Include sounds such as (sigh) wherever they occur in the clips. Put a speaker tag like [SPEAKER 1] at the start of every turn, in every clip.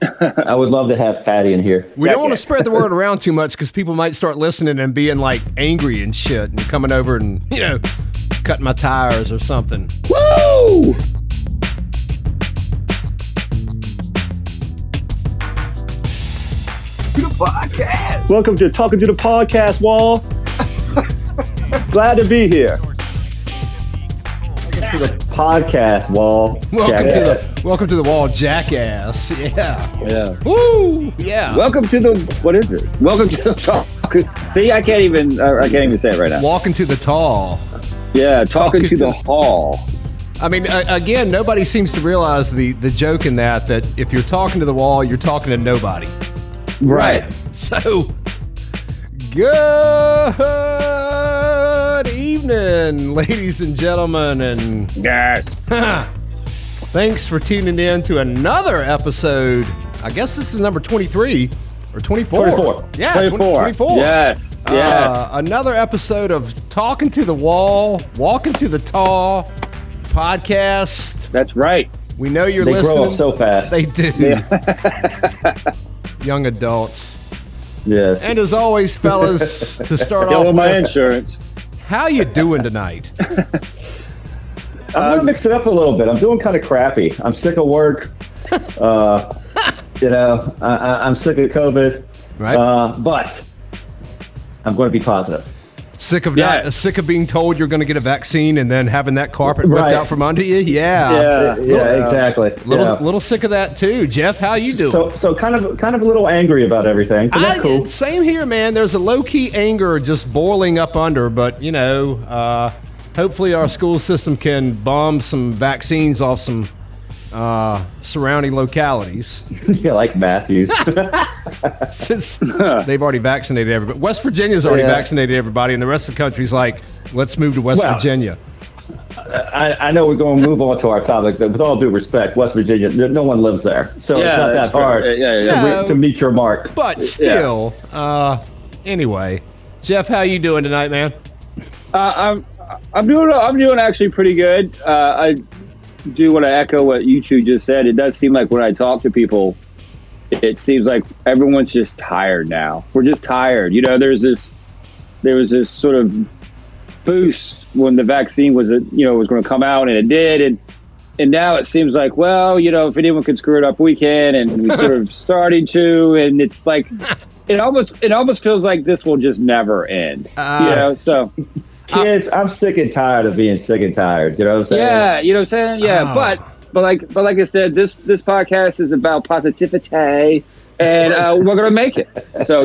[SPEAKER 1] I would love to have Fatty in here.
[SPEAKER 2] We don't want to spread
[SPEAKER 1] (laughs)
[SPEAKER 2] the word around too much because people might start listening and being like angry and shit and coming over and, you know, cutting my tires or something.
[SPEAKER 1] Woo!
[SPEAKER 3] Podcast.
[SPEAKER 1] Welcome to Talking to the Podcast (laughs) Wall. Glad to be here. To the podcast wall.
[SPEAKER 2] Welcome
[SPEAKER 1] jackass.
[SPEAKER 2] to the welcome to the wall, jackass. (laughs) Yeah.
[SPEAKER 1] Yeah.
[SPEAKER 2] Woo! Yeah.
[SPEAKER 1] Welcome to the what is it? Welcome to the talk. See, I can't even uh, I can't even say it right now.
[SPEAKER 2] Walking to the tall.
[SPEAKER 1] Yeah, talking,
[SPEAKER 2] Talking
[SPEAKER 1] to,
[SPEAKER 2] to
[SPEAKER 1] the
[SPEAKER 2] the-
[SPEAKER 1] hall.
[SPEAKER 2] I mean, uh, again, nobody seems to realize the the joke in that that if you're talking to the wall, you're talking to nobody. (laughs)
[SPEAKER 1] Right.
[SPEAKER 2] So, good evening, ladies and gentlemen, and
[SPEAKER 1] Yes.
[SPEAKER 2] (laughs) thanks for tuning in to another episode. I guess this is number 23 or 24.
[SPEAKER 1] Twenty-four.
[SPEAKER 2] Yeah,
[SPEAKER 1] Twenty-four.
[SPEAKER 2] 24.
[SPEAKER 1] Yes. Yes.
[SPEAKER 2] Uh, another episode of Talking to the Wall, Walking to the Tall podcast.
[SPEAKER 1] That's right.
[SPEAKER 2] We know you're
[SPEAKER 1] They
[SPEAKER 2] listening.
[SPEAKER 1] grow up so fast.
[SPEAKER 2] they do.
[SPEAKER 1] Yeah. (laughs)
[SPEAKER 2] Young adults.
[SPEAKER 1] yes.
[SPEAKER 2] And as always, fellas, to start
[SPEAKER 1] Deal
[SPEAKER 2] off
[SPEAKER 1] with my
[SPEAKER 2] with,
[SPEAKER 1] insurance.
[SPEAKER 2] how you doing tonight?
[SPEAKER 1] I'm
[SPEAKER 2] um,
[SPEAKER 1] gonna mix it up a little bit. I'm doing kind of crappy. I'm sick of
[SPEAKER 2] (laughs)
[SPEAKER 1] work. uh, you know, I, I, I'm sick of COVID.
[SPEAKER 2] Right.
[SPEAKER 1] Uh, but I'm going to be positive.
[SPEAKER 2] Sick of
[SPEAKER 1] Yeah.
[SPEAKER 2] not sick of being told you're going to get a vaccine and then having that carpet ripped
[SPEAKER 1] Right.
[SPEAKER 2] out from under you. Yeah. uh,
[SPEAKER 1] yeah. Yeah. Exactly.
[SPEAKER 2] Little
[SPEAKER 1] yeah.
[SPEAKER 2] little sick of that too. Jeff, how you doing?
[SPEAKER 1] so so kind of kind of a little angry about everything. But that's (laughs)
[SPEAKER 2] I-
[SPEAKER 1] cool.
[SPEAKER 2] Same here, man. There's a low key anger just boiling up under, but you know, uh, hopefully our school system can bomb some vaccines off some uh,
[SPEAKER 1] (laughs)
[SPEAKER 2] surrounding localities
[SPEAKER 1] yeah, like
[SPEAKER 2] (laughs)
[SPEAKER 1] Matthews. (laughs)
[SPEAKER 2] since they've already vaccinated everybody. West Virginia's already
[SPEAKER 1] Yeah.
[SPEAKER 2] vaccinated everybody, and the rest of the country's like, let's move to West
[SPEAKER 1] Well,
[SPEAKER 2] Virginia.
[SPEAKER 1] I, I know we're going to move on to our topic, but with all due respect, West Virginia, no no one lives there, so
[SPEAKER 3] Yeah,
[SPEAKER 1] it's not that
[SPEAKER 2] uh,
[SPEAKER 3] that's right.
[SPEAKER 1] hard
[SPEAKER 3] Yeah, yeah,
[SPEAKER 1] to, Um,
[SPEAKER 2] yeah.
[SPEAKER 1] re- to meet your mark.
[SPEAKER 2] But still, uh, anyway, Jeff, how you doing tonight, man?
[SPEAKER 3] Uh, I'm I'm doing I'm doing actually pretty good. Uh, I do want to echo what you two just said. It does seem like when I talk to people, it seems like everyone's just tired now. We're just tired. You know, there's this there was this sort of boost when the vaccine was you know was going to come out, and it did, and and now it seems like well, you know, if anyone can screw it up, we can, and we sort of starting to, and it's like. It almost it almost feels like this will just never end.
[SPEAKER 2] Ah.
[SPEAKER 3] you know, so
[SPEAKER 1] Kids, I'm sick and tired of being sick and tired. You know what I'm saying?
[SPEAKER 3] Yeah, you know what I'm saying? Yeah,
[SPEAKER 2] Oh.
[SPEAKER 3] but but like but like I said, this this podcast is about positivity, and uh, we're gonna make it. So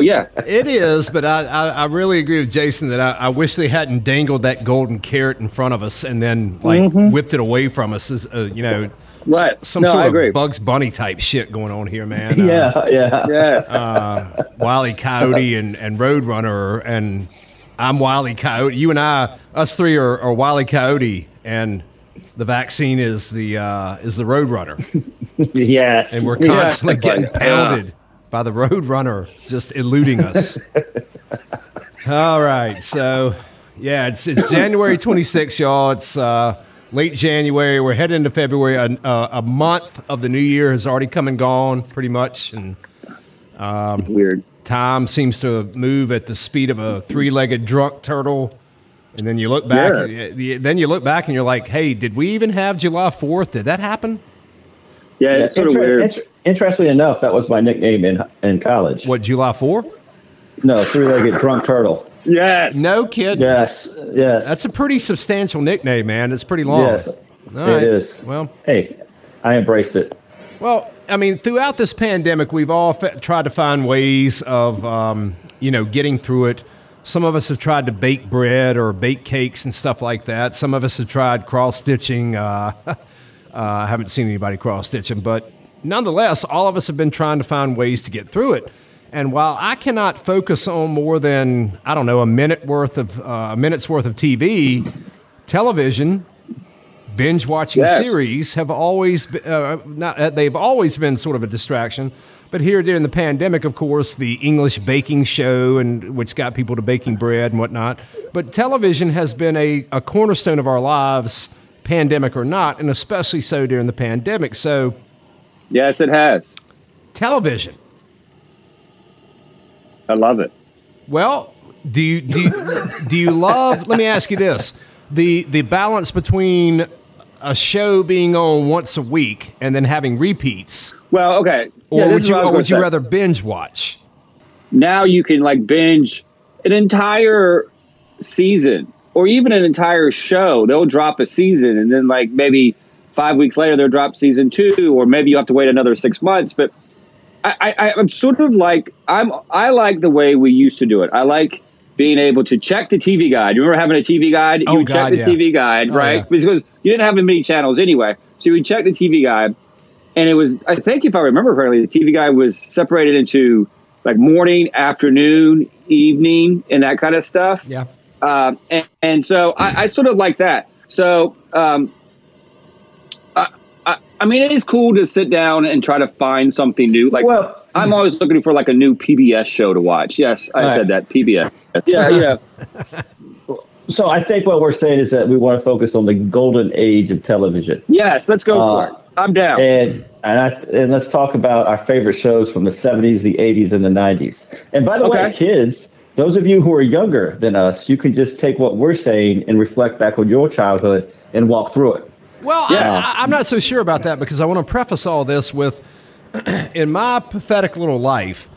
[SPEAKER 2] (laughs)
[SPEAKER 3] yeah,
[SPEAKER 2] It is, but I, I, I really agree with Jason that I, I wish they hadn't dangled that golden carrot in front of us and then like whipped it away from us. As, uh, you know,
[SPEAKER 3] right.
[SPEAKER 2] some
[SPEAKER 3] Mm-hmm. no,
[SPEAKER 2] sort
[SPEAKER 3] I agree.
[SPEAKER 2] of Bugs Bunny type shit going on here,
[SPEAKER 3] (laughs)
[SPEAKER 2] man. Uh,
[SPEAKER 1] Yeah, (laughs) yeah.
[SPEAKER 3] yes,
[SPEAKER 2] uh, Wiley Coyote and, and Roadrunner and I'm Wiley Coyote. You and I, us three are, are Wiley Coyote and the vaccine is the uh, is the Roadrunner.
[SPEAKER 1] Yes.
[SPEAKER 2] And we're
[SPEAKER 1] Yeah.
[SPEAKER 2] constantly
[SPEAKER 3] Yeah.
[SPEAKER 2] getting pounded by the Roadrunner just eluding us. All right. So yeah, it's it's January 26th, y'all. It's uh Late January, we're heading into February. A, a, a month of the new year has already come and gone, pretty much, and
[SPEAKER 3] weird.
[SPEAKER 2] time seems to move at the speed of a three-legged drunk turtle and then you look back
[SPEAKER 3] Yes.
[SPEAKER 2] y- y- then you look back and you're like hey did we even have july 4th did that happen
[SPEAKER 3] Yeah, it's sort of
[SPEAKER 1] Inter-
[SPEAKER 3] weird.
[SPEAKER 1] inter- interestingly enough, that was my nickname in in college.
[SPEAKER 2] what july 4th
[SPEAKER 1] No, three-legged drunk turtle.
[SPEAKER 3] yes.
[SPEAKER 2] no kid
[SPEAKER 1] Yes, yes.
[SPEAKER 2] that's a pretty substantial nickname man it's pretty long
[SPEAKER 1] Yes,
[SPEAKER 2] All
[SPEAKER 1] it
[SPEAKER 2] right.
[SPEAKER 1] is.
[SPEAKER 2] well
[SPEAKER 1] Hey, I embraced it.
[SPEAKER 2] Well, I mean, throughout this pandemic, we've all f- tried to find ways of, um, you know, getting through it. Some of us have tried to bake bread or bake cakes and stuff like that. Some of us have tried cross stitching. Uh, (laughs) uh, I haven't seen anybody cross stitching, but nonetheless, all of us have been trying to find ways to get through it. And while I cannot focus on more than I don't know a minute worth of uh, a minute's worth of TV, television, binge watching
[SPEAKER 3] Yes.
[SPEAKER 2] series have always be- uh, not uh, they've always been sort of a distraction. But here during the pandemic, of course, the English baking show and which got people to baking bread and whatnot. But television has been a, a cornerstone of our lives, pandemic or not, and especially so during the pandemic. So
[SPEAKER 3] Yes, it has.
[SPEAKER 2] television.
[SPEAKER 3] I love it.
[SPEAKER 2] Well, do you do you, do you love? Let me ask you this: the the balance between a show being on once a week and then having repeats,
[SPEAKER 3] Well, okay.
[SPEAKER 2] or
[SPEAKER 3] Yeah, this
[SPEAKER 2] would
[SPEAKER 3] is
[SPEAKER 2] you
[SPEAKER 3] what I
[SPEAKER 2] or
[SPEAKER 3] was gonna
[SPEAKER 2] would you
[SPEAKER 3] say.
[SPEAKER 2] rather binge watch?
[SPEAKER 3] now you can like binge an entire season or even an entire show. They'll drop a season and then like maybe five weeks later they'll drop season two, or maybe you have to wait another six months. But I, I, I'm sort of like I'm I like the way we used to do it. I like being able to check the TV guide. You remember having a TV guide?
[SPEAKER 2] Oh,
[SPEAKER 3] you would
[SPEAKER 2] God,
[SPEAKER 3] check the
[SPEAKER 2] yeah.
[SPEAKER 3] TV guide,
[SPEAKER 2] Oh,
[SPEAKER 3] right?
[SPEAKER 2] yeah.
[SPEAKER 3] Because you didn't have many channels anyway. So you would check the TV guide and it was I think if I remember correctly, the TV guide was separated into like morning, afternoon, evening, and that kind of stuff.
[SPEAKER 2] Yeah.
[SPEAKER 3] Um, and, and so I, I sort of like that. So um, I, I, I mean, it is cool to sit down and try to find something new. Like,
[SPEAKER 1] Well,
[SPEAKER 3] I'm always looking for like a new PBS show to watch. Yes, I
[SPEAKER 1] Right.
[SPEAKER 3] said that PBS. Yeah, yeah.
[SPEAKER 1] so I think what we're saying is that we want to focus on the golden age of television.
[SPEAKER 3] yes, let's go
[SPEAKER 1] Uh,
[SPEAKER 3] for it. I'm down.
[SPEAKER 1] and and, I, and let's talk about our favorite shows from the 70s, the 80s, and the 90s. And by the way,
[SPEAKER 3] Okay.
[SPEAKER 1] kids, those of you who are younger than us, you can just take what we're saying and reflect back on your childhood and walk through it.
[SPEAKER 2] Well,
[SPEAKER 3] Yeah.
[SPEAKER 2] I, I, I'm not so sure about that because I want to preface all this with (clears throat) in my pathetic little life,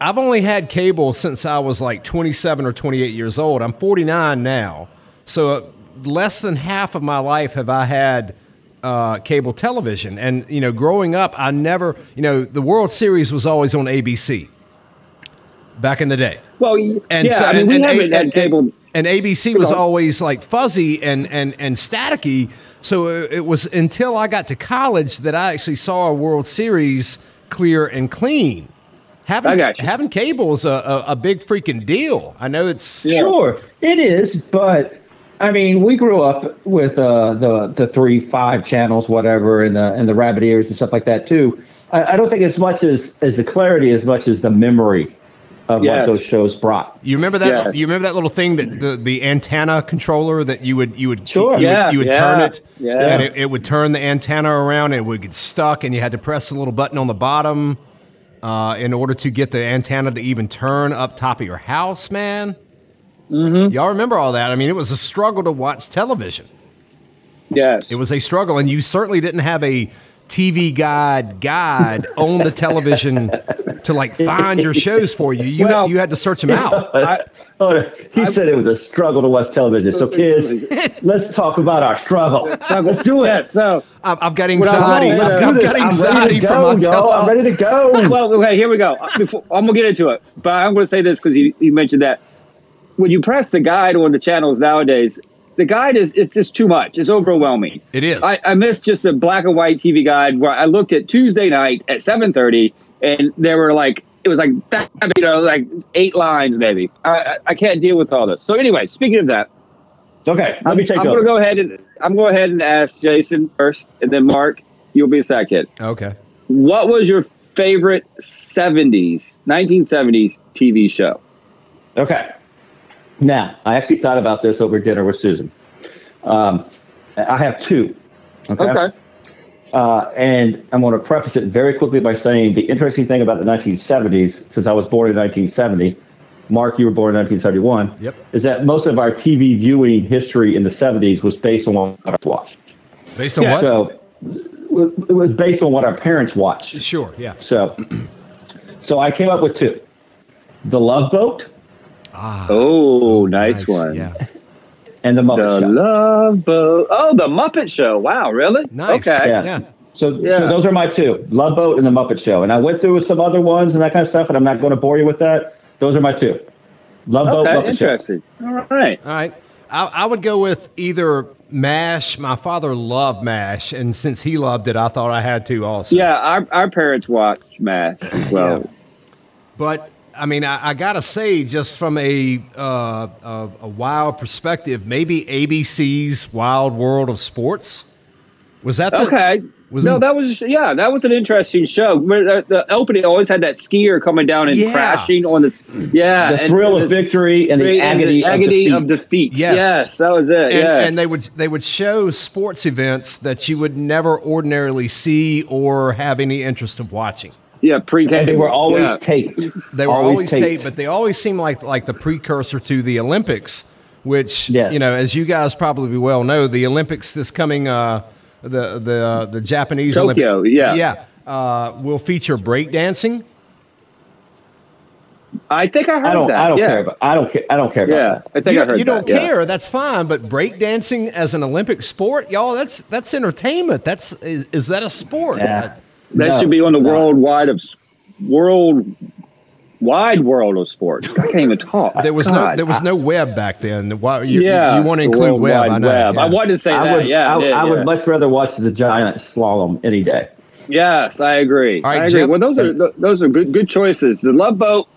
[SPEAKER 2] I've only had cable since I was like 27 or 28 years old. I'm 49 now. So uh, less than half of my life have I had uh, cable television. And, you know, growing up, I never, you know, the World Series was always on ABC back in the day.
[SPEAKER 3] well,
[SPEAKER 2] And
[SPEAKER 3] yeah,
[SPEAKER 2] so,
[SPEAKER 3] I mean,
[SPEAKER 2] and,
[SPEAKER 3] we
[SPEAKER 2] and
[SPEAKER 3] haven't
[SPEAKER 2] A-
[SPEAKER 3] had
[SPEAKER 2] and-
[SPEAKER 3] cable.
[SPEAKER 2] And ABC was
[SPEAKER 3] on.
[SPEAKER 2] always like fuzzy and and and staticky. So uh, it it was until I got to college that I actually saw a World Series clear and clean. Having
[SPEAKER 3] I got you.
[SPEAKER 2] having cable is a, a, a big freaking deal. I know it's
[SPEAKER 3] Yeah.
[SPEAKER 1] Sure, it is, but I mean, we grew up with uh, the the three, five channels, whatever, and the and the rabbit ears and stuff like that too. I, I don't think as much as as the clarity, as much as the memory of
[SPEAKER 3] Yes.
[SPEAKER 1] what those shows brought.
[SPEAKER 2] You remember that?
[SPEAKER 3] Yeah.
[SPEAKER 2] You remember that little thing that the, the antenna controller that you would you would
[SPEAKER 1] Sure.
[SPEAKER 2] you,
[SPEAKER 3] Yeah,
[SPEAKER 2] would, you would
[SPEAKER 3] yeah,
[SPEAKER 2] turn it
[SPEAKER 3] yeah.
[SPEAKER 2] and it, it would turn the antenna around and it would get stuck and you had to press the little button on the bottom uh, in order to get the antenna to even turn up top of your house, man. Mm-hmm. Y'all remember all that? I mean, it was a struggle to watch television.
[SPEAKER 3] Yes.
[SPEAKER 2] It was a struggle, and you certainly didn't have a TV guide guide on the television to like find your shows for you. You
[SPEAKER 3] (laughs) Well-
[SPEAKER 2] had, you had to search
[SPEAKER 1] (laughs)
[SPEAKER 2] them out.
[SPEAKER 3] I-
[SPEAKER 1] Oh, he said it was a struggle to watch television. So, kids, let's talk about our struggle. Let's do
[SPEAKER 3] Yeah,
[SPEAKER 1] it.
[SPEAKER 3] so
[SPEAKER 2] I've, I've got
[SPEAKER 3] I
[SPEAKER 2] anxiety. I've,
[SPEAKER 3] want is-
[SPEAKER 1] Let's
[SPEAKER 2] I've
[SPEAKER 1] do
[SPEAKER 2] got
[SPEAKER 1] this. I'm
[SPEAKER 2] anxiety
[SPEAKER 1] ready to
[SPEAKER 2] from my
[SPEAKER 1] go, y'all. I'm
[SPEAKER 2] television.
[SPEAKER 1] ready to go.
[SPEAKER 3] well, okay, here
[SPEAKER 1] (laughs)
[SPEAKER 3] we go. Before, I'm gonna get into it, but I'm gonna say this because you, you mentioned that when you press the guide on the channels nowadays, the guide is it's just too much. It's overwhelming.
[SPEAKER 2] It is.
[SPEAKER 3] I, I missed just a black and white TV guide where I looked at Tuesday night at 7:30, and there were like it was like (laughs) that, you know like eight lines maybe. I, I I can't deal with all this. So anyway, speaking of that,
[SPEAKER 1] Okay, let me take
[SPEAKER 3] I'm
[SPEAKER 1] over.
[SPEAKER 3] gonna go ahead and I'm going to go ahead and ask Jason first, and then Mark. You'll be second.
[SPEAKER 2] Okay.
[SPEAKER 3] What was your favorite 70s, 1970s TV show?
[SPEAKER 1] Okay. Now, I actually thought about this over dinner with Susan. Um, I have two.
[SPEAKER 3] Okay.
[SPEAKER 1] Uh, and I'm going to preface it very quickly by saying the interesting thing about the 1970s, since I was born in 1970, Mark, you were born in 1971,
[SPEAKER 2] Yep.
[SPEAKER 1] is that most of our TV viewing history in the 70s was based on what I watched.
[SPEAKER 2] Based on what?
[SPEAKER 1] So it was based on what our parents watched.
[SPEAKER 2] sure. Yeah.
[SPEAKER 1] So, so I came up with two: the Love Boat
[SPEAKER 2] Ah,
[SPEAKER 3] Oh, nice, one.
[SPEAKER 2] Yeah.
[SPEAKER 1] and the Muppet
[SPEAKER 3] The
[SPEAKER 1] Show.
[SPEAKER 3] Love Boat. Oh, The Muppet Show. Wow, really?
[SPEAKER 2] Nice.
[SPEAKER 3] Okay.
[SPEAKER 1] Yeah.
[SPEAKER 2] Yeah.
[SPEAKER 1] so,
[SPEAKER 3] Yeah.
[SPEAKER 1] so those are my two: Love Boat and the Muppet Show. And I went through with some other ones and that kind of stuff, and I'm not going to bore you with that. Those are my two: Love Boat,
[SPEAKER 3] Okay,
[SPEAKER 1] Muppet Show.
[SPEAKER 3] interesting. All right.
[SPEAKER 2] All right. I, I would go with either MASH. My father loved MASH, and since he loved it, I thought I had to also.
[SPEAKER 3] Yeah, our, our parents watched MASH as well.
[SPEAKER 2] But I mean, I, I gotta say, just from a, uh, a a wild perspective, maybe ABC's Wild World of Sports was that the,
[SPEAKER 3] Okay.
[SPEAKER 2] Was
[SPEAKER 3] no,
[SPEAKER 2] it-
[SPEAKER 3] that was yeah, that was an interesting show. Where The, the opening always had that skier coming down and
[SPEAKER 2] Yeah.
[SPEAKER 3] crashing on this. Yeah,
[SPEAKER 1] The
[SPEAKER 3] and-
[SPEAKER 1] thrill
[SPEAKER 3] and
[SPEAKER 1] of
[SPEAKER 3] this-
[SPEAKER 1] victory and the
[SPEAKER 3] and
[SPEAKER 1] agony,
[SPEAKER 3] of
[SPEAKER 1] defeat.
[SPEAKER 3] defeat.
[SPEAKER 2] Yes.
[SPEAKER 3] Yes. that was it.
[SPEAKER 2] and,
[SPEAKER 3] yes.
[SPEAKER 2] and they would they would show sports events that you would never ordinarily see or have any interest of watching.
[SPEAKER 3] yeah, pre-K.
[SPEAKER 1] And they were always
[SPEAKER 3] Yeah.
[SPEAKER 1] taped.
[SPEAKER 2] They were always, taped. but they always seem like like the precursor to the Olympics, which
[SPEAKER 1] Yes.
[SPEAKER 2] you know, as you guys probably well know, the Olympics this coming uh, the the uh, the Japanese
[SPEAKER 3] Tokyo,
[SPEAKER 2] Olympic-
[SPEAKER 3] yeah.
[SPEAKER 2] yeah, uh, will feature breakdancing.
[SPEAKER 3] I think I heard
[SPEAKER 1] I don't.
[SPEAKER 3] that.
[SPEAKER 1] I don't
[SPEAKER 3] yeah.
[SPEAKER 1] care about. I don't care. I don't care about
[SPEAKER 3] Yeah,
[SPEAKER 1] that.
[SPEAKER 3] I think
[SPEAKER 2] You,
[SPEAKER 3] I heard
[SPEAKER 2] you don't
[SPEAKER 3] that, yeah.
[SPEAKER 2] care, that's fine, but breakdancing as an Olympic sport, y'all, that's that's entertainment. That's is, is that a sport?
[SPEAKER 1] Yeah.
[SPEAKER 3] That
[SPEAKER 1] No,
[SPEAKER 3] should be on the
[SPEAKER 1] it's not.
[SPEAKER 3] worldwide of s- world wide world of sports. I can't even talk.
[SPEAKER 2] There was no
[SPEAKER 3] God.
[SPEAKER 2] there was no web back then. Why, you,
[SPEAKER 3] yeah,
[SPEAKER 2] you, want to
[SPEAKER 3] the
[SPEAKER 2] include
[SPEAKER 3] World
[SPEAKER 2] web?
[SPEAKER 3] Wide
[SPEAKER 2] I know.
[SPEAKER 3] Web.
[SPEAKER 2] yeah.
[SPEAKER 3] I wanted to say
[SPEAKER 1] I
[SPEAKER 3] that.
[SPEAKER 1] would.
[SPEAKER 3] yeah,
[SPEAKER 1] I,
[SPEAKER 3] yeah,
[SPEAKER 1] I
[SPEAKER 3] yeah.
[SPEAKER 1] would much rather watch the giant slalom any day.
[SPEAKER 3] Yes, I agree.
[SPEAKER 2] All right,
[SPEAKER 3] I agree.
[SPEAKER 2] Jeff.
[SPEAKER 3] Well, those are th- those are good good choices. The Love Boat.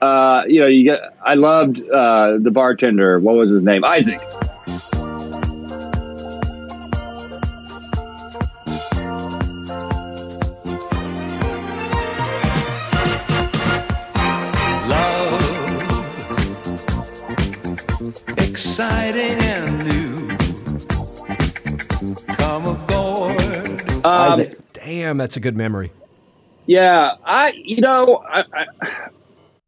[SPEAKER 3] Uh, you know, you get. I loved uh, the bartender. What was his name? Isaac.
[SPEAKER 4] love, exciting and new. Come aboard.
[SPEAKER 3] Um,
[SPEAKER 1] Isaac.
[SPEAKER 2] Damn, that's a good memory.
[SPEAKER 3] Yeah, I you know I, I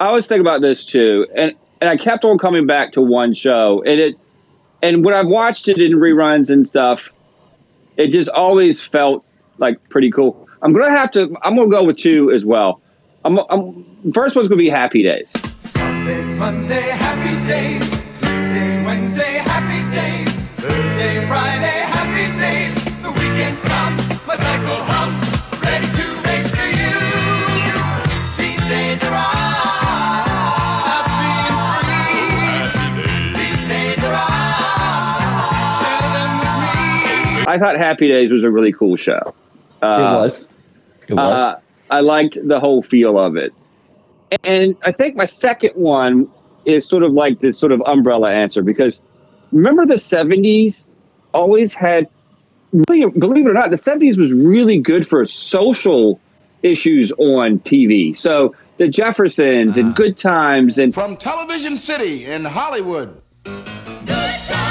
[SPEAKER 3] I always think about this too, and and I kept on coming back to one show, and it and when I've watched it in reruns and stuff, it just always felt like pretty cool. I'm gonna have to. I'm gonna go with two as well. I'm, I'm first one's gonna be Happy Days.
[SPEAKER 4] Sunday, Monday, happy days. Tuesday, Wednesday, happy days. Thursday, Friday, happy days. The weekend comes, my cycle hums, ready to race to you. These days are all happy and free. These days are all share them with me.
[SPEAKER 3] I thought Happy Days was a really cool show. Uh,
[SPEAKER 1] It was. It was.
[SPEAKER 3] Uh, I liked the whole feel of it. And I think my second one is sort of like this sort of umbrella answer because remember the 70s always had really believe it or not the 70s was really good for social issues on TV. So the Jeffersons and Good Times and
[SPEAKER 5] From Television City in Hollywood.
[SPEAKER 6] Good time.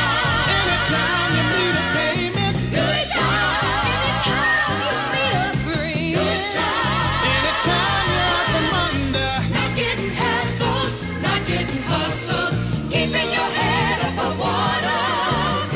[SPEAKER 6] Anytime you need a payment. Good time. Anytime you need a friend. Good time. Anytime you're out from under. Not getting hassled, not getting hustled. Keeping your head above water.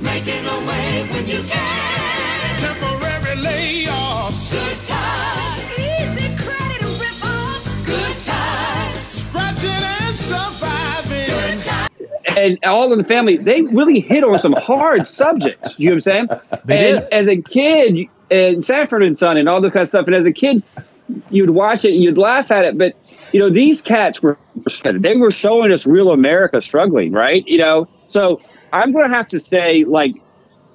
[SPEAKER 6] Making a wave when you can.
[SPEAKER 4] Temporary layoffs,
[SPEAKER 6] Good times. Easy credit rip-offs. Good times.
[SPEAKER 4] scratching and surviving.
[SPEAKER 6] Good times.
[SPEAKER 3] and all in the family, they really hit on some hard subjects. You know what I'm saying?
[SPEAKER 2] They
[SPEAKER 3] and
[SPEAKER 2] did.
[SPEAKER 3] as a kid, and Sanford and Son and all this kind of stuff. And as a kid, you'd watch it and you'd laugh at it. But you know, these cats were they were showing us real America struggling, right? You know, so I'm going to have to say like.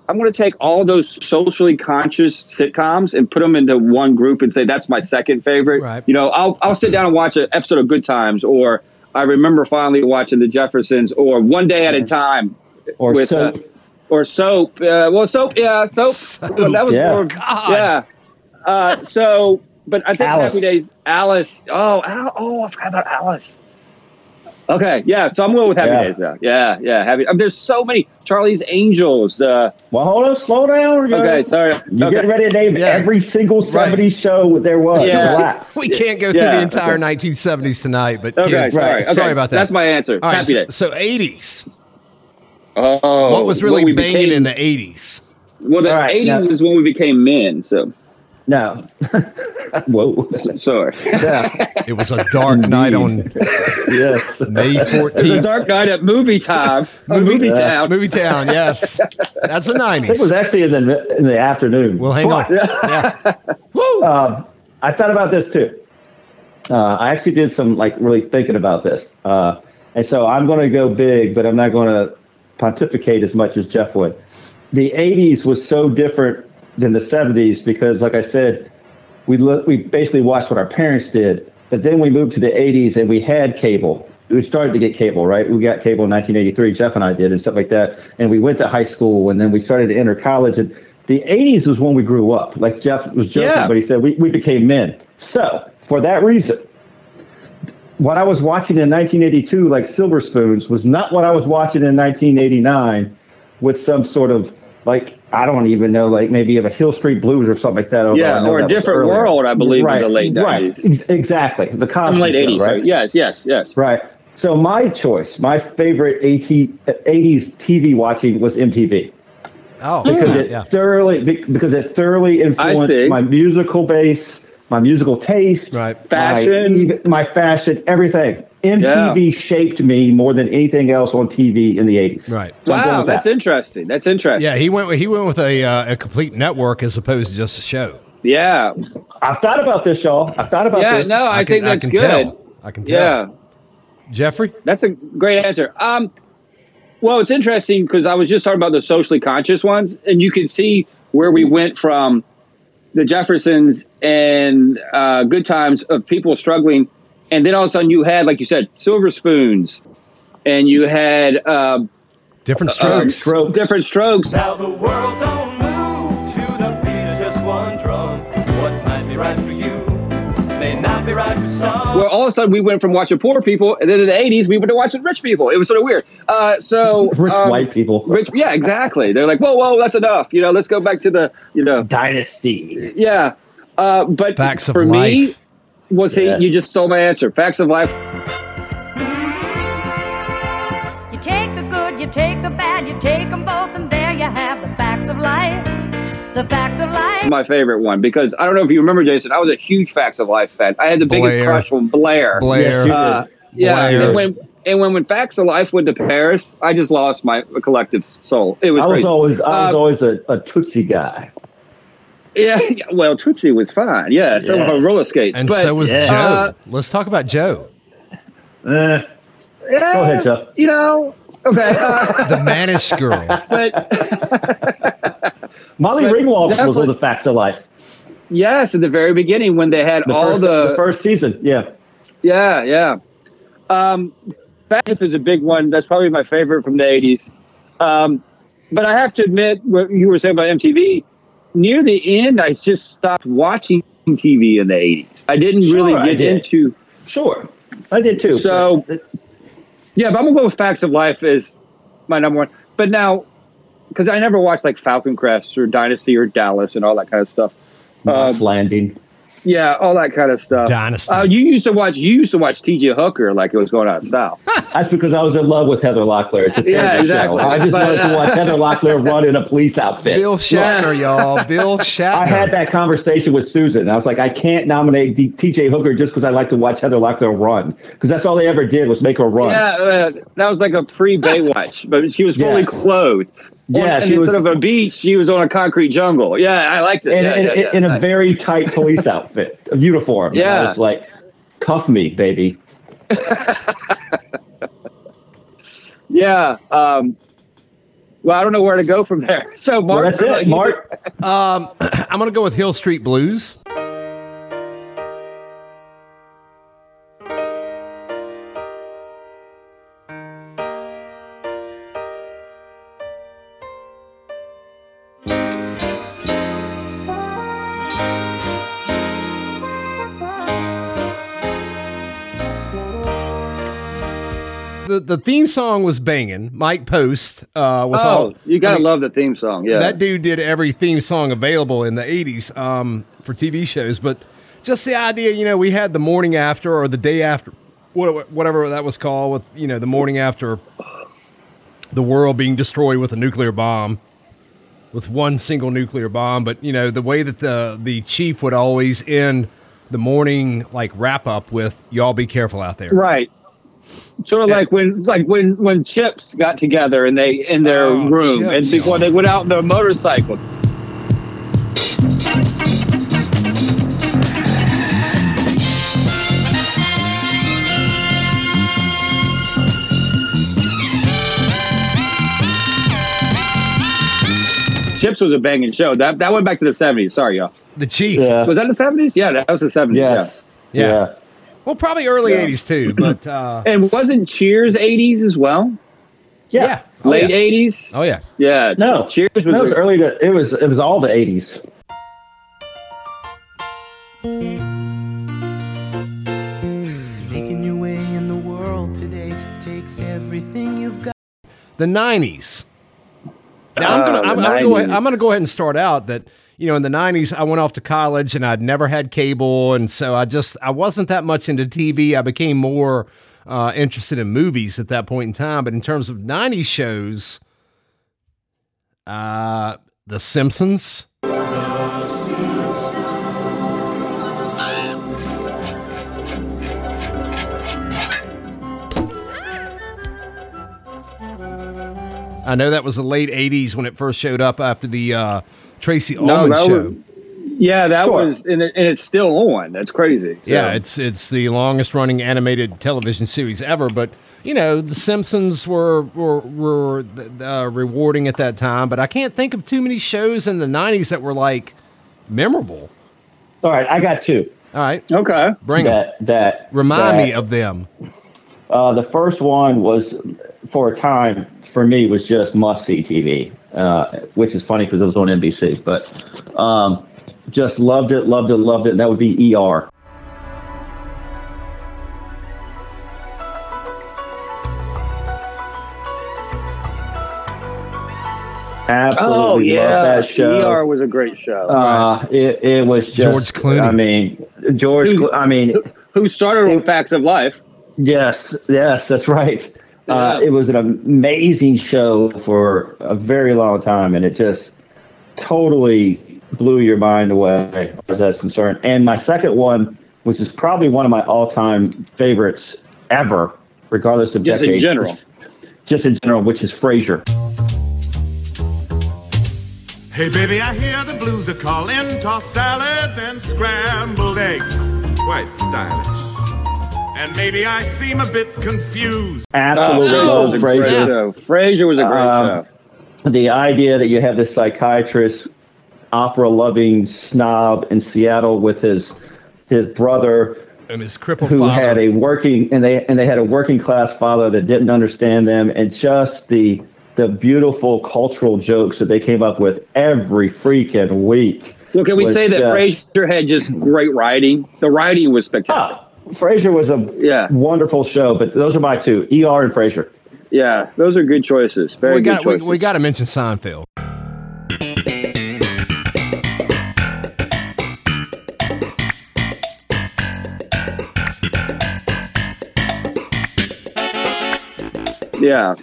[SPEAKER 3] I'm going to take all those socially conscious sitcoms and put them into one group and say that's my second favorite.
[SPEAKER 2] Right.
[SPEAKER 3] You know, I'll I'll sit down and watch an episode of Good Times, or I remember finally watching The Jeffersons, or One Day at a Time,
[SPEAKER 1] or
[SPEAKER 3] with,
[SPEAKER 1] soap.
[SPEAKER 3] uh, or soap. Uh, well, soap. Yeah, soap.
[SPEAKER 2] Soap,
[SPEAKER 3] Well, that was
[SPEAKER 1] yeah.
[SPEAKER 3] more. Yeah. Uh, so, but I think
[SPEAKER 1] Alice.
[SPEAKER 3] Happy Days. Alice. Oh, Al- oh, I forgot about Alice. Okay, yeah. So I'm going with Happy
[SPEAKER 1] Yeah.
[SPEAKER 3] Days now. Yeah, yeah. Happy. um, there's so many. Charlie's Angels. Uh,
[SPEAKER 1] well, hold on. Slow down. yo.
[SPEAKER 3] okay, sorry.
[SPEAKER 1] You
[SPEAKER 3] okay.
[SPEAKER 1] getting ready to name
[SPEAKER 2] Yeah.
[SPEAKER 1] every single
[SPEAKER 2] Right.
[SPEAKER 1] 70s show there was.
[SPEAKER 3] Yeah.
[SPEAKER 1] Relax.
[SPEAKER 2] (laughs) We can't go through
[SPEAKER 3] Yeah,
[SPEAKER 2] the entire
[SPEAKER 3] okay.
[SPEAKER 2] 1970s tonight, but
[SPEAKER 3] Okay,
[SPEAKER 2] kids,
[SPEAKER 3] sorry. Okay.
[SPEAKER 2] sorry about that.
[SPEAKER 3] That's my answer.
[SPEAKER 2] All right,
[SPEAKER 3] Happy
[SPEAKER 2] so,
[SPEAKER 3] Days.
[SPEAKER 2] so 80s.
[SPEAKER 3] Oh,
[SPEAKER 2] What was really
[SPEAKER 3] when we
[SPEAKER 2] banging
[SPEAKER 3] became-
[SPEAKER 2] in the 80s?
[SPEAKER 3] Well, the
[SPEAKER 1] All right,
[SPEAKER 3] 80s
[SPEAKER 1] now-
[SPEAKER 3] is when we became men. So
[SPEAKER 1] No. (laughs) Whoa.
[SPEAKER 3] sorry.
[SPEAKER 1] Yeah.
[SPEAKER 2] It was a
[SPEAKER 3] (laughs)
[SPEAKER 2] dark (laughs) night on
[SPEAKER 1] (laughs) yes.
[SPEAKER 2] May
[SPEAKER 3] it's a
[SPEAKER 2] 14th.
[SPEAKER 3] dark night at movie time. Or
[SPEAKER 2] (laughs)
[SPEAKER 3] movie,
[SPEAKER 2] Movie-
[SPEAKER 3] town.
[SPEAKER 2] Movie Town, yes. That's the
[SPEAKER 1] I think it was
[SPEAKER 2] 90s.
[SPEAKER 1] actually in the in the afternoon.
[SPEAKER 2] Well, hang on. Yeah.
[SPEAKER 1] (laughs)
[SPEAKER 2] Woo!
[SPEAKER 1] Um, I thought about this too. Uh, I actually did some like really thinking about this, uh, and so I'm going to go big, but I'm not going to pontificate as much as Jeff would. The '80s was so different than the '70s because, like I said, we look, we basically watched what our parents did, but then we moved to the '80s and we had cable. We started to get cable, right? We got cable in 1983. Jeff and I did, and stuff like that. And we went to high school, and then we started to enter college. And the '80s was when we grew up. Like Jeff was joking,
[SPEAKER 3] Yeah.
[SPEAKER 1] but he said we, we became men. So for that reason, what I was watching in 1982, like Silver Spoons, was not what I was watching in 1989 with some sort of like I don't even know, like maybe you have a Hill Street Blues or something like that. although
[SPEAKER 3] Yeah,
[SPEAKER 1] I know
[SPEAKER 3] or a
[SPEAKER 1] that was
[SPEAKER 3] Different
[SPEAKER 1] earlier.
[SPEAKER 3] World, I believe, was
[SPEAKER 1] right,
[SPEAKER 3] the late
[SPEAKER 1] right,
[SPEAKER 3] 90s.
[SPEAKER 1] ex- exactly. The
[SPEAKER 3] I'm
[SPEAKER 1] Cosby
[SPEAKER 3] late
[SPEAKER 1] Show,
[SPEAKER 3] '80s. so
[SPEAKER 1] right?
[SPEAKER 3] yes, yes, yes.
[SPEAKER 1] Right. So my choice, my favorite 80, 80s TV watching was MTV
[SPEAKER 2] Oh,
[SPEAKER 1] because
[SPEAKER 2] yeah,
[SPEAKER 1] it
[SPEAKER 2] yeah.
[SPEAKER 1] thoroughly be- because it thoroughly
[SPEAKER 3] Hmm. see.
[SPEAKER 1] influenced my musical base, my musical taste,
[SPEAKER 2] Right.
[SPEAKER 1] my,
[SPEAKER 3] Fashion.
[SPEAKER 1] even- my fashion, everything. MTV shaped me more than anything else on TV in the 80s.
[SPEAKER 2] Right.
[SPEAKER 1] So I'm going
[SPEAKER 3] Wow,
[SPEAKER 1] with
[SPEAKER 3] that's
[SPEAKER 1] that.
[SPEAKER 3] interesting. That's interesting.
[SPEAKER 2] Yeah, he went. He went with a uh, a complete network as opposed to just a show.
[SPEAKER 3] yeah,
[SPEAKER 1] I've thought about this, y'all. I've thought about
[SPEAKER 3] Yeah,
[SPEAKER 1] this.
[SPEAKER 3] no, Oh, I, think that's
[SPEAKER 2] can
[SPEAKER 3] good.
[SPEAKER 2] Tell. I can tell.
[SPEAKER 3] Yeah,
[SPEAKER 2] Jeffrey.
[SPEAKER 3] that's a great answer. Um, well, it's interesting because I was just talking about the socially conscious ones, and you can see where we went from the Jeffersons and uh, Good Times of people struggling, and then all of a sudden you had, like you said, Silver Spoons, and you had uh,
[SPEAKER 2] Different strokes.
[SPEAKER 1] Strokes.
[SPEAKER 3] different strokes.
[SPEAKER 7] Now the world don't move to the beat of just one drum. What might be right for you may not be right for some.
[SPEAKER 3] Where all of a sudden we went from watching poor people, and then in the '80s we went to watching rich people. It was sort of weird. Uh, so
[SPEAKER 1] (laughs) Rich
[SPEAKER 3] um,
[SPEAKER 1] white people.
[SPEAKER 3] Rich, yeah, exactly. They're like, whoa, whoa, that's enough. You know, let's go back to the, you know,
[SPEAKER 1] Dynasty.
[SPEAKER 3] yeah. Uh, but
[SPEAKER 2] Facts of
[SPEAKER 3] for me,
[SPEAKER 2] life.
[SPEAKER 3] well, see,
[SPEAKER 1] Yeah.
[SPEAKER 3] you just stole my answer. Facts of life.
[SPEAKER 8] You take the good, you take the bad, you take them both, and there you have the facts of life. The facts of life.
[SPEAKER 3] My favorite one because I don't know if you remember, Jason. I was a huge Facts of Life fan. I had the biggest
[SPEAKER 2] Blair.
[SPEAKER 3] crush on Blair.
[SPEAKER 2] Blair.
[SPEAKER 1] Yes, you-
[SPEAKER 3] Uh, yeah,
[SPEAKER 2] Blair.
[SPEAKER 3] and when and when when Facts of Life went to Paris, I just lost my collective soul. It was,
[SPEAKER 1] I was
[SPEAKER 3] crazy.
[SPEAKER 1] always I was
[SPEAKER 3] Uh,
[SPEAKER 1] always a, a Tootsie guy.
[SPEAKER 3] yeah, yeah. Well, Tootsie was fine. Yeah, some of
[SPEAKER 1] Yes.
[SPEAKER 3] her roller skates,
[SPEAKER 2] and
[SPEAKER 3] but,
[SPEAKER 2] so was
[SPEAKER 1] yeah.
[SPEAKER 2] Joe.
[SPEAKER 3] Uh,
[SPEAKER 2] Let's talk about Joe,
[SPEAKER 1] Eh,
[SPEAKER 3] yeah,
[SPEAKER 1] Go ahead, Jeff.
[SPEAKER 3] You know, okay, (laughs) uh,
[SPEAKER 2] the mannish
[SPEAKER 3] (laughs)
[SPEAKER 2] girl.
[SPEAKER 3] but.
[SPEAKER 1] (laughs) Molly
[SPEAKER 3] but
[SPEAKER 1] Ringwald was
[SPEAKER 3] definitely-
[SPEAKER 1] on the facts of life.
[SPEAKER 3] Yes, at the very beginning when they had
[SPEAKER 1] The
[SPEAKER 3] all
[SPEAKER 1] first
[SPEAKER 3] the,
[SPEAKER 1] the first season. Yeah.
[SPEAKER 3] yeah, yeah. Um, Faggot is a big one. That's probably my favorite from the '80s. Um, but I have to admit, what you were saying about MTV, near the end, I just stopped watching TV in the '80s. I didn't
[SPEAKER 1] Sure,
[SPEAKER 3] really
[SPEAKER 1] I
[SPEAKER 3] get
[SPEAKER 1] did.
[SPEAKER 3] into.
[SPEAKER 1] Sure. I did too.
[SPEAKER 3] So- Yeah, but I'm gonna go with Facts of Life as my number one. But now, because I never watched like Falcon Crest or Dynasty or Dallas and all that kind of stuff.
[SPEAKER 1] Knots
[SPEAKER 3] Um,
[SPEAKER 1] landing.
[SPEAKER 3] yeah, all that kind of stuff.
[SPEAKER 2] Dynasty.
[SPEAKER 1] Oh,
[SPEAKER 3] Uh, you used to watch. You used to watch T.J. Hooker like it was going out of style.
[SPEAKER 1] That's because I was in love with Heather Locklear. It's a terrible
[SPEAKER 3] Yeah, exactly.
[SPEAKER 1] show. I just
[SPEAKER 3] But- uh,
[SPEAKER 1] wanted to watch Heather Locklear run in a police outfit.
[SPEAKER 2] Bill Shatner, y'all. Bill
[SPEAKER 1] (laughs)
[SPEAKER 2] Shatner.
[SPEAKER 1] I had that conversation with Susan. I was like, I can't nominate D- TJ Hooker just because I like to watch Heather Locklear run because that's all they ever did was make her run.
[SPEAKER 3] Yeah, uh, that was like a pre
[SPEAKER 1] (laughs)
[SPEAKER 3] Baywatch, but she was fully
[SPEAKER 1] Yes.
[SPEAKER 3] clothed.
[SPEAKER 1] Yeah,
[SPEAKER 3] on, and
[SPEAKER 1] she was-
[SPEAKER 3] instead of a beach, she was on a concrete jungle. Yeah, I liked it.
[SPEAKER 1] in,
[SPEAKER 3] yeah,
[SPEAKER 1] in,
[SPEAKER 3] yeah, yeah.
[SPEAKER 1] in a very tight
[SPEAKER 3] (laughs)
[SPEAKER 1] police outfit, a uniform. I
[SPEAKER 3] Yeah.
[SPEAKER 1] was like, cuff me, baby.
[SPEAKER 3] yeah. Um, well, I don't know where to go from there. (laughs) So,
[SPEAKER 1] Well,
[SPEAKER 3] Mark,
[SPEAKER 1] that's
[SPEAKER 3] like,
[SPEAKER 1] it,
[SPEAKER 3] you-
[SPEAKER 1] Mark.
[SPEAKER 2] Um, I'm gonna go with Hill Street Blues. The, the theme song was banging. Mike Post uh, with all
[SPEAKER 3] Oh, you gotta
[SPEAKER 2] I mean,
[SPEAKER 3] love the theme song. Yeah,
[SPEAKER 2] that dude did every theme song available in the 80s um, for TV shows, but just the idea, you know, we had the morning after or the day after, wha- whatever that was called, with, you know, the morning after the world being destroyed with a nuclear bomb, with one single nuclear bomb. But, you know, the way that the, the chief would always end the morning, like, wrap up with, y'all be careful out there.
[SPEAKER 3] right. Sort of
[SPEAKER 2] Yeah.
[SPEAKER 3] like when, like when, when Chips got together and they in their
[SPEAKER 2] Oh,
[SPEAKER 3] room,
[SPEAKER 2] Chips.
[SPEAKER 3] and before they went out on their motorcycle. Chips was a banging show. That that went back to the seventies. Sorry, y'all.
[SPEAKER 2] The chief.
[SPEAKER 1] Yeah.
[SPEAKER 3] Was that the seventies? Yeah, that was the seventies.
[SPEAKER 1] Yes.
[SPEAKER 2] Yeah.
[SPEAKER 1] Yeah.
[SPEAKER 2] Well, probably early
[SPEAKER 3] Yeah.
[SPEAKER 2] 80s too, but uh,
[SPEAKER 3] Yeah. And wasn't Cheers eighties as well?
[SPEAKER 1] Yeah.
[SPEAKER 2] yeah. Oh,
[SPEAKER 3] Late
[SPEAKER 2] yeah.
[SPEAKER 3] eighties.
[SPEAKER 2] Oh, yeah.
[SPEAKER 3] Yeah.
[SPEAKER 1] No.
[SPEAKER 3] Cheers was,
[SPEAKER 1] No, it was
[SPEAKER 3] a-
[SPEAKER 1] early. To, it was it was all the eighties.
[SPEAKER 9] Making your way in the world today takes everything you've got.
[SPEAKER 2] The 90s. Now I'm gonna I'm, I'm
[SPEAKER 3] Oh, the
[SPEAKER 2] gonna go ahead,
[SPEAKER 3] 90s.
[SPEAKER 2] I'm gonna go ahead and start out that you know in the '90s I went off to college and I'd never had cable and so I just I wasn't that much into TV. I became more uh, interested in movies at that point in time. But in terms of '90s shows, uh, The Simpsons, I know that was the late '80s when it first showed up after the uh, Tracy Ullman
[SPEAKER 3] that
[SPEAKER 2] show.
[SPEAKER 3] was- yeah, that
[SPEAKER 1] Sure.
[SPEAKER 3] was, and, it, and it's still on. That's crazy. So,
[SPEAKER 2] Yeah, it's it's the longest running animated television series ever. But you know, The Simpsons were were, were uh, rewarding at that time. But I can't think of too many shows in the '90s that were like memorable.
[SPEAKER 1] All right, I got two.
[SPEAKER 2] All right,
[SPEAKER 3] okay.
[SPEAKER 2] bring them.
[SPEAKER 1] That that
[SPEAKER 2] Remind
[SPEAKER 1] that,
[SPEAKER 2] me of them.
[SPEAKER 1] Uh, the first one was, for a time, for me was just must see TV, uh, which is funny because it was on NBC. But um, just loved it, loved it, loved it. And that would be ER.
[SPEAKER 2] Oh,
[SPEAKER 1] Absolutely love that show.
[SPEAKER 3] ER was a great show.
[SPEAKER 1] Oh, uh, it, it was just
[SPEAKER 2] E George Clooney.
[SPEAKER 1] I mean, George.
[SPEAKER 3] Dude.
[SPEAKER 1] Clo- I mean,
[SPEAKER 3] Who started on Facts of Life?
[SPEAKER 1] Yes, yes, that's right. Uh,
[SPEAKER 3] Yeah.
[SPEAKER 1] it was an amazing show for a very long time, and it just totally blew your mind away as that's concerned. And my second one, which is probably one of my all-time favorites ever, regardless of
[SPEAKER 3] Just in
[SPEAKER 1] decade,
[SPEAKER 3] general.
[SPEAKER 1] just in general, which is Frasier.
[SPEAKER 5] Hey, baby, I hear the blues are calling. Toss salads and scrambled eggs. Quite stylish. And maybe I seem a bit confused.
[SPEAKER 1] Absolutely
[SPEAKER 3] Oh,
[SPEAKER 1] love
[SPEAKER 2] no,
[SPEAKER 1] Frasier.
[SPEAKER 2] Yeah.
[SPEAKER 3] Ah, So, Frasier was a great
[SPEAKER 1] Um,
[SPEAKER 3] show.
[SPEAKER 1] the idea that you have this psychiatrist, opera loving snob in Seattle with his his brother
[SPEAKER 2] And his crippled
[SPEAKER 1] who
[SPEAKER 2] father.
[SPEAKER 1] had a working and they and they had a working class father that didn't understand them and just the the beautiful cultural jokes that they came up with every freaking week.
[SPEAKER 3] Well, can we
[SPEAKER 1] was
[SPEAKER 3] say that
[SPEAKER 1] just-
[SPEAKER 3] Frasier had just great writing? The writing was
[SPEAKER 1] (laughs)
[SPEAKER 3] spectacular.
[SPEAKER 1] Ah, Frasier was a
[SPEAKER 3] Yeah.
[SPEAKER 1] wonderful show, but those are my two, ER and Frasier.
[SPEAKER 3] Yeah, those are good choices. Very
[SPEAKER 2] we
[SPEAKER 3] good
[SPEAKER 2] got we,
[SPEAKER 3] choices.
[SPEAKER 2] we got to mention Seinfeld.
[SPEAKER 3] yeah.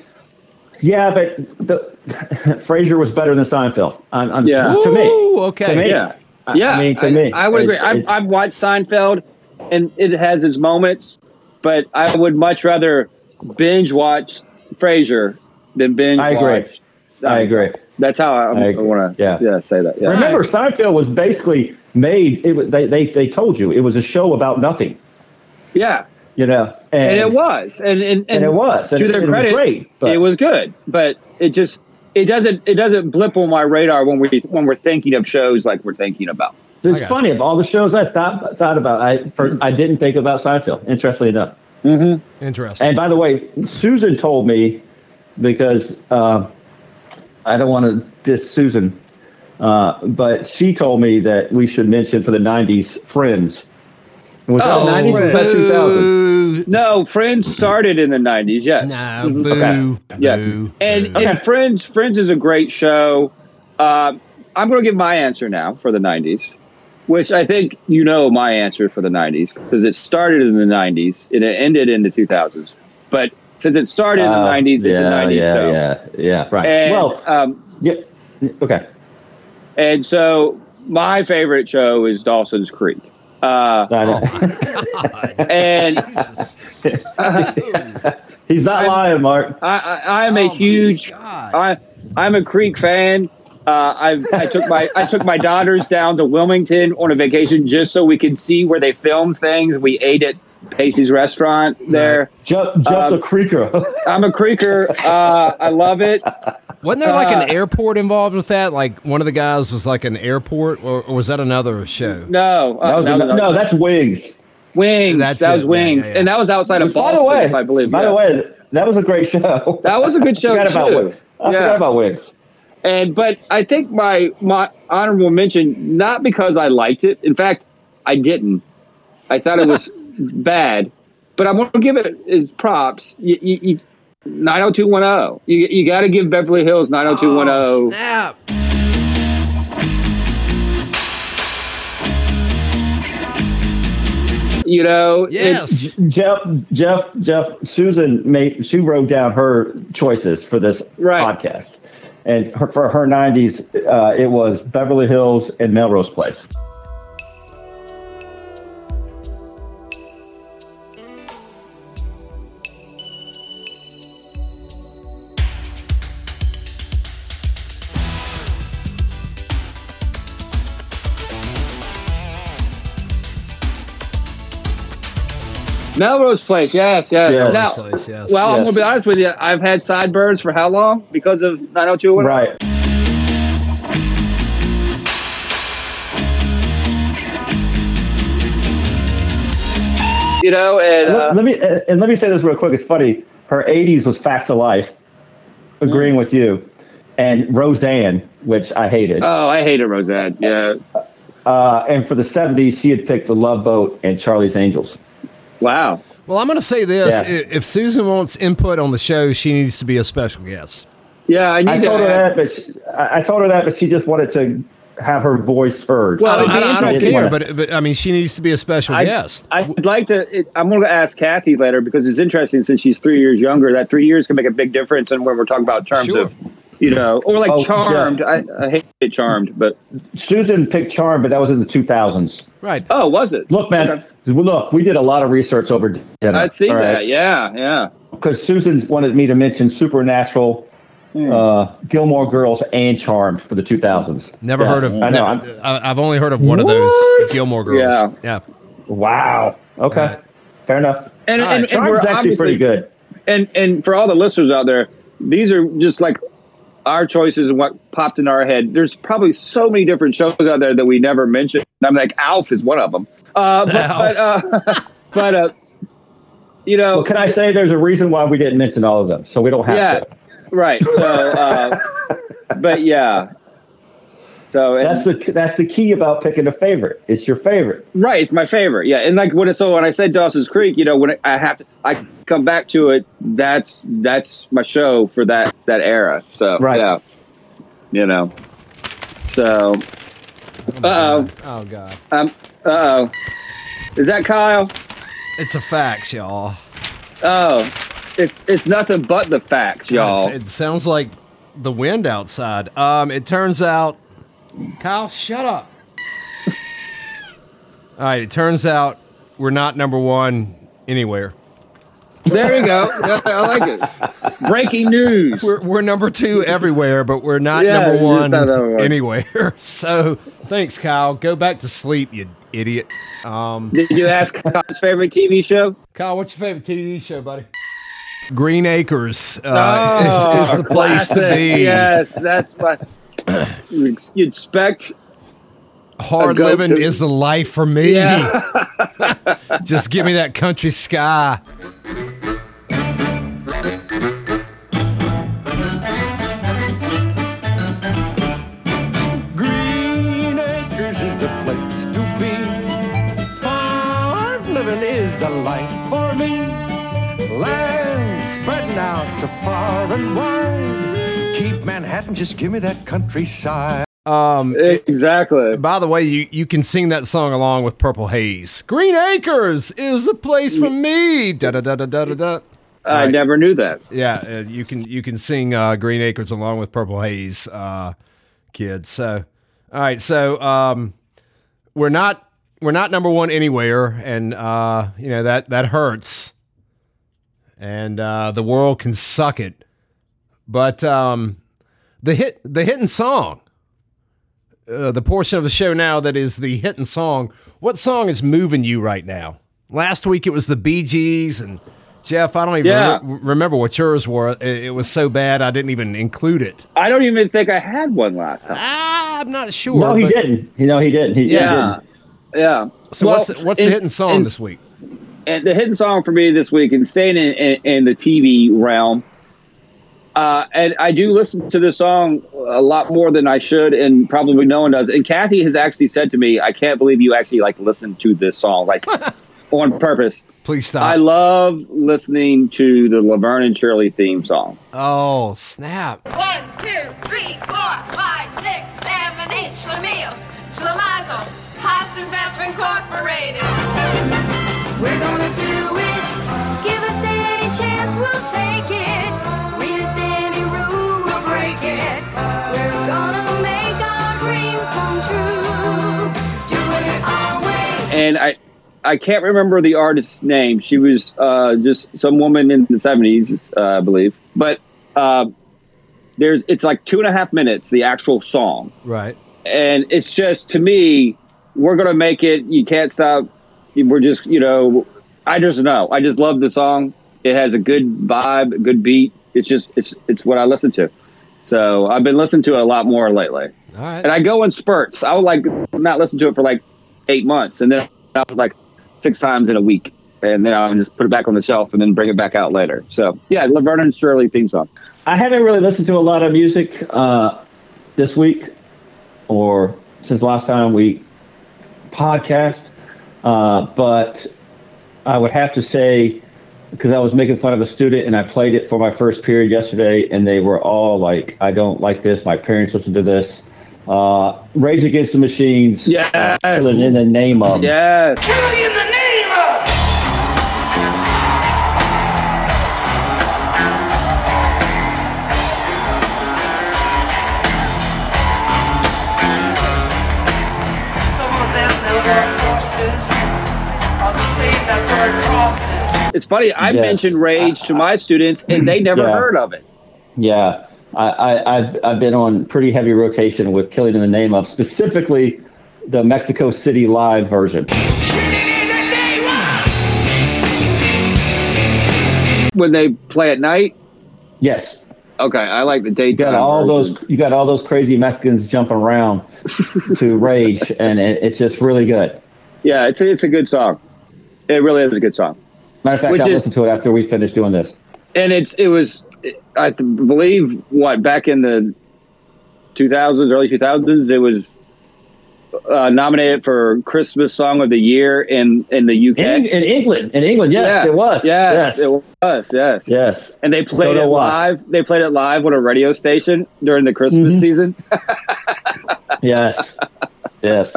[SPEAKER 1] Yeah, but the, (laughs) Frasier was better than Seinfeld. I'm, I'm
[SPEAKER 3] Yeah.
[SPEAKER 1] Uh, to me.
[SPEAKER 2] Ooh, okay.
[SPEAKER 1] To me.
[SPEAKER 3] Yeah.
[SPEAKER 1] I-
[SPEAKER 3] Yeah,
[SPEAKER 1] I mean, to me,
[SPEAKER 3] I would
[SPEAKER 1] it-
[SPEAKER 3] agree. I've,
[SPEAKER 1] it-
[SPEAKER 3] I've watched Seinfeld, and it has its moments, but I would much rather binge watch Frasier than binge.
[SPEAKER 1] I agree.
[SPEAKER 3] Watch Seinfeld.
[SPEAKER 1] I agree.
[SPEAKER 3] That's how I,
[SPEAKER 1] I
[SPEAKER 3] I,
[SPEAKER 1] agree.
[SPEAKER 3] want to.
[SPEAKER 1] Yeah.
[SPEAKER 3] Yeah. yeah, say that. Yeah.
[SPEAKER 1] Remember, Seinfeld was basically made. It, was- they, they they told you it was a show about nothing.
[SPEAKER 3] yeah,
[SPEAKER 1] You know,
[SPEAKER 3] and, it was, and and, and,
[SPEAKER 1] and it was, and
[SPEAKER 3] to
[SPEAKER 1] it- it
[SPEAKER 3] their
[SPEAKER 1] was
[SPEAKER 3] credit,
[SPEAKER 1] great, but-
[SPEAKER 3] it was good, but it just it doesn't it doesn't blip on my radar when we when we're thinking of shows like we're thinking about.
[SPEAKER 1] It's
[SPEAKER 2] gotcha.
[SPEAKER 1] funny of all the shows I thought thought about. I for, I didn't think about Seinfeld. Interestingly enough.
[SPEAKER 2] Interesting.
[SPEAKER 1] And by the way, Susan told me because uh, I don't want to diss Susan, uh, but she told me that we should mention for the '90s Friends. Was that
[SPEAKER 3] Oh,
[SPEAKER 1] the '90s or was that
[SPEAKER 3] Friends.
[SPEAKER 1] 2000?
[SPEAKER 2] Boo.
[SPEAKER 3] No, Friends started in the nineties. Yes.
[SPEAKER 2] No,
[SPEAKER 1] Mm-hmm.
[SPEAKER 3] Mhm.
[SPEAKER 2] boo.
[SPEAKER 3] Yes.
[SPEAKER 2] boo,
[SPEAKER 3] And,
[SPEAKER 2] boo.
[SPEAKER 3] and Friends Friends is a great show. Um I'm going to give my answer now for the 90s, which I think you know my answer for the 90s because it started in the 90s and it ended in the 2000s. But since it started in the
[SPEAKER 1] Uh,
[SPEAKER 3] 90s, it's a
[SPEAKER 1] yeah,
[SPEAKER 3] 90s
[SPEAKER 1] yeah,
[SPEAKER 3] show.
[SPEAKER 1] yeah, yeah, right.
[SPEAKER 3] And,
[SPEAKER 1] well,
[SPEAKER 3] um,
[SPEAKER 1] yeah, okay.
[SPEAKER 3] and so my favorite show is Dawson's Creek.
[SPEAKER 1] (laughs) I
[SPEAKER 3] Uh,
[SPEAKER 2] Oh
[SPEAKER 1] don't-
[SPEAKER 2] my God.
[SPEAKER 3] and
[SPEAKER 2] Jesus.
[SPEAKER 1] He's not lying, Mark.
[SPEAKER 3] I, I, I'm
[SPEAKER 2] Oh
[SPEAKER 3] a
[SPEAKER 2] my
[SPEAKER 3] huge.
[SPEAKER 2] God.
[SPEAKER 3] I, I'm a Creek fan. Uh, I, I took my I took my daughters down to Wilmington on a vacation just so we could see where they film things. We ate at Pacey's restaurant there.
[SPEAKER 1] Just, just
[SPEAKER 3] Um,
[SPEAKER 1] a creaker. (laughs)
[SPEAKER 3] I'm a Creeker. Uh, I love it.
[SPEAKER 2] Wasn't there like an
[SPEAKER 3] Uh,
[SPEAKER 2] airport involved with that? Like one of the guys was like an airport, or, or was that another show?
[SPEAKER 3] No, uh,
[SPEAKER 1] that was no, no, that's Wings.
[SPEAKER 3] wings.
[SPEAKER 2] That's
[SPEAKER 3] that
[SPEAKER 2] it.
[SPEAKER 3] was
[SPEAKER 2] Yeah,
[SPEAKER 3] wings,
[SPEAKER 2] yeah, yeah.
[SPEAKER 3] and that was outside of
[SPEAKER 1] Which, by the
[SPEAKER 3] Boston,
[SPEAKER 1] way,
[SPEAKER 3] if I believe.
[SPEAKER 1] by
[SPEAKER 3] yeah.
[SPEAKER 1] the way, that was a great show. (laughs)
[SPEAKER 3] that was a good show
[SPEAKER 1] forgot about
[SPEAKER 3] too.
[SPEAKER 1] Wings. I
[SPEAKER 3] Yeah.
[SPEAKER 1] forgot about Wings.
[SPEAKER 3] And but I think my my honorable mention, not because I liked it. In fact, I didn't. I thought it was bad. But I'm going to give it its props. You, you, you, 90210. oh. You, you got to give Beverly Hills 90210.
[SPEAKER 2] Snap.
[SPEAKER 3] You know,
[SPEAKER 2] Yes.
[SPEAKER 1] Jeff, Jeff, Jeff, Susan made she wrote down her choices for this
[SPEAKER 3] Right.
[SPEAKER 1] podcast, and her, for her '90s, uh, it was Beverly Hills and Melrose Place.
[SPEAKER 3] Melrose Place. Yes, yes.
[SPEAKER 1] Yes.
[SPEAKER 3] Now-
[SPEAKER 1] Melrose
[SPEAKER 2] Place, yes.
[SPEAKER 3] Well, I'm
[SPEAKER 1] Yes.
[SPEAKER 3] gonna be honest with you. I've had sideburns for how long because of 90210.
[SPEAKER 1] Right.
[SPEAKER 3] You know, and uh,
[SPEAKER 1] let, let me and and let me say this real quick. It's funny. Her '80s was Facts of Life, agreeing
[SPEAKER 3] Mm.
[SPEAKER 1] with you, and Roseanne, which I hated.
[SPEAKER 3] oh, I hated Roseanne. Yeah.
[SPEAKER 1] Uh, and for the '70s, she had picked The Love Boat and Charlie's Angels.
[SPEAKER 3] Wow.
[SPEAKER 2] Well, I'm going to say this:
[SPEAKER 1] Yeah.
[SPEAKER 2] I- if Susan wants input on the show, she needs to be a special guest.
[SPEAKER 3] Yeah, I need
[SPEAKER 1] I
[SPEAKER 3] to.
[SPEAKER 1] told her that, but she, I I told her that, but she just wanted to have her voice heard.
[SPEAKER 3] Well,
[SPEAKER 2] I don't, I
[SPEAKER 3] it'd be
[SPEAKER 2] don't- I don't
[SPEAKER 1] interesting.
[SPEAKER 2] care, but, but I mean, she needs to be a special
[SPEAKER 3] I-
[SPEAKER 2] guest.
[SPEAKER 3] I'd like to. It, I'm going to ask Kathy later because it's interesting since she's three years younger. That three years can make a big difference in when we're talking about terms
[SPEAKER 2] Sure.
[SPEAKER 3] of, you know, or like
[SPEAKER 1] Oh,
[SPEAKER 3] Charmed. I, I hate it, Charmed, but
[SPEAKER 1] Susan picked Charm, but that was in the 2000s.
[SPEAKER 2] right.
[SPEAKER 3] oh, was it?
[SPEAKER 1] Look, man,
[SPEAKER 3] Okay.
[SPEAKER 1] look, we did a lot of research over dinner.
[SPEAKER 3] I'd see that. Yeah, yeah.
[SPEAKER 1] Because Susan wanted me to mention Supernatural,
[SPEAKER 3] Hmm.
[SPEAKER 1] uh, Gilmore Girls, and Charmed for the 2000s.
[SPEAKER 2] Never
[SPEAKER 1] Yes.
[SPEAKER 2] heard of.
[SPEAKER 1] I know. I'm-
[SPEAKER 2] never- I, have only heard of one of those Gilmore Girls.
[SPEAKER 3] Yeah.
[SPEAKER 2] yeah.
[SPEAKER 1] wow. Okay.
[SPEAKER 2] Alright.
[SPEAKER 1] Fair enough.
[SPEAKER 3] And
[SPEAKER 2] All right,
[SPEAKER 3] and, and we're
[SPEAKER 1] Charmed's actually
[SPEAKER 3] obviously-
[SPEAKER 1] pretty good.
[SPEAKER 3] and and for all the listeners out there, these are just like our choices and what popped in our head. There's probably so many different shows out there that we never mentioned. I'm like Alf is one of them. Uh, but but, uh, (laughs) but uh, you know,
[SPEAKER 1] Well, can I say there's a reason why we didn't mention all of them? So we don't have
[SPEAKER 3] yeah,
[SPEAKER 1] to.
[SPEAKER 3] right. So, uh, but yeah. So and-
[SPEAKER 1] That's the that's the key about picking a favorite. It's your favorite.
[SPEAKER 3] Right, it's my favorite. Yeah, and like when it's so when I said Dawson's Creek, you know, when I have to, I come back to it. That's that's my show for that that era. So
[SPEAKER 1] Right.
[SPEAKER 3] yeah, you know. So, uh oh,
[SPEAKER 2] Oh God,
[SPEAKER 3] um, uh oh, is that Kyle?
[SPEAKER 2] it's a fax, y'all.
[SPEAKER 3] Oh, it's it's nothing but the facts, y'all.
[SPEAKER 2] It sounds like the wind outside. Um, it turns out, Kyle, shut up. All right, it turns out we're not number one anywhere.
[SPEAKER 3] There you go. (laughs) Yeah, I like
[SPEAKER 2] (laughs)
[SPEAKER 3] it. Breaking news.
[SPEAKER 2] We're, we're number two everywhere, but we're not
[SPEAKER 3] Yeah,
[SPEAKER 2] number
[SPEAKER 3] it's
[SPEAKER 2] one
[SPEAKER 3] not number one.
[SPEAKER 2] anywhere. (laughs) So thanks, Kyle. Go back to sleep, you idiot. Um,
[SPEAKER 3] Did you ask Kyle's favorite TV show?
[SPEAKER 2] Kyle, what's your favorite TV show, buddy? Green Acres uh,
[SPEAKER 3] Oh,
[SPEAKER 2] is, is the place to
[SPEAKER 3] (laughs)
[SPEAKER 2] be.
[SPEAKER 3] Yes, that's what you ex- you expect.
[SPEAKER 2] Hard
[SPEAKER 3] A go-to.
[SPEAKER 2] living is the life for me.
[SPEAKER 3] Yeah.
[SPEAKER 2] (laughs) Just give me that country sky.
[SPEAKER 7] Green Acres is the place to be. Farm living is the life for me. Land spreading out so far and wide. Keep Manhattan, just give me that countryside.
[SPEAKER 2] Um,
[SPEAKER 3] Exactly.
[SPEAKER 2] by the way, you, you can sing that song along with Purple Haze. Green Acres is the place for me. Da da da da da da da.
[SPEAKER 3] I
[SPEAKER 2] Right.
[SPEAKER 3] never knew that.
[SPEAKER 2] Yeah, uh, you can you can sing uh, Green Acres along with Purple Haze, uh, kids. So, all right, so um, we're not we're not number one anywhere, and uh, you know that that hurts, and uh, the world can suck it. But um, the hit the hidden song, uh, the portion of the show now that is the hidden song. What song is moving you right now? Last week it was the Bee Gees and. Jeff, I don't even
[SPEAKER 3] Yeah.
[SPEAKER 2] remem- remember what yours were. It, it was so bad I didn't even include it.
[SPEAKER 3] I don't even think I had one last time.
[SPEAKER 2] Ah, I'm not sure.
[SPEAKER 1] No, he
[SPEAKER 2] but-
[SPEAKER 1] didn't. You know, he didn't. He, he
[SPEAKER 3] Yeah. Yeah.
[SPEAKER 2] So
[SPEAKER 3] Well,
[SPEAKER 2] what's what's
[SPEAKER 3] and-
[SPEAKER 2] the hidden song
[SPEAKER 3] and-
[SPEAKER 2] this week?
[SPEAKER 3] And the hidden song for me this week, and staying in, in, in the TV realm, uh, and I do listen to this song a lot more than I should, and
[SPEAKER 2] (laughs)
[SPEAKER 3] probably no one does. And Kathy has actually said to me, "I can't believe you actually like listen to this song, like on purpose.
[SPEAKER 2] Please stop.
[SPEAKER 3] I love listening to the Laverne and Shirley theme song.
[SPEAKER 2] oh, snap.
[SPEAKER 10] One, two, three, four, five, six, seven, eight. Schlemiel, Schlemazel, Hassenpfeffer Incorporated.
[SPEAKER 6] We're gonna do it.
[SPEAKER 8] Give us any chance, we'll take it. With any rule, we'll break it. We're gonna make our dreams come true. Doing it our way.
[SPEAKER 3] And I I can't remember the artist's name. She was uh, just some woman in the 70s, uh, I believe. But uh, there's it's like two and a half minutes, the actual song.
[SPEAKER 2] Right.
[SPEAKER 3] and it's just to me, we're gonna make it. You can't stop. We're just you know, I just know. I just love the song. It has a good vibe, a good beat. It's just it's it's what I listen to. So I've been listening to it a lot more lately,
[SPEAKER 2] All right.
[SPEAKER 3] and I go in spurts. I would like not listen to it for like eight months, and then I would like six times in a week, and then I'll just put it back on the shelf and then bring it back out later. So yeah, Laverne and Shirley theme song.
[SPEAKER 1] I haven't really listened to a lot of music uh, this week or since last time we podcast, uh, but I would have to say because I was making fun of a student and I played it for my first period yesterday, and they were all like, "I don't like this. My parents listen to this." Uh, Rage Against the Machines.
[SPEAKER 3] Yes.
[SPEAKER 1] Killing in the name of.
[SPEAKER 3] Yes.
[SPEAKER 6] in the name of. Some of them, the dark forces, are the same that burn crosses.
[SPEAKER 3] It's funny. I
[SPEAKER 1] Yes.
[SPEAKER 3] mentioned Rage to my students, and they never
[SPEAKER 1] Yeah.
[SPEAKER 3] heard of it.
[SPEAKER 1] Yeah, I, I, I've I've been on pretty heavy rotation with "Killing in the Name of," specifically the Mexico City live version.
[SPEAKER 3] when they play at night.
[SPEAKER 1] Yes,
[SPEAKER 3] Okay, I like the
[SPEAKER 1] you
[SPEAKER 3] daytime.
[SPEAKER 1] got all
[SPEAKER 3] version.
[SPEAKER 1] those you got all those crazy Mexicans jumping
[SPEAKER 3] (laughs)
[SPEAKER 1] around to rage, and it, it's just really good.
[SPEAKER 3] Yeah, it's a, it's a good song. It really is a good song,
[SPEAKER 1] Matter of fact,
[SPEAKER 3] Which
[SPEAKER 1] I'll
[SPEAKER 3] is-
[SPEAKER 1] listen to it after we finish doing this.
[SPEAKER 3] and it's it was I th- believe what back in the two thousands, early two thousands, it was uh, nominated for Christmas Song of the Year in in the UK.
[SPEAKER 1] In, in England, in England, yes,
[SPEAKER 3] Yeah.
[SPEAKER 1] it was.
[SPEAKER 3] Yes,
[SPEAKER 1] yes,
[SPEAKER 3] it was. Yes.
[SPEAKER 1] yes.
[SPEAKER 3] And they played
[SPEAKER 1] know
[SPEAKER 3] it
[SPEAKER 1] why.
[SPEAKER 3] live. They played it live on a radio station during the Christmas
[SPEAKER 1] Mhm.
[SPEAKER 3] season. (laughs)
[SPEAKER 1] yes, yes,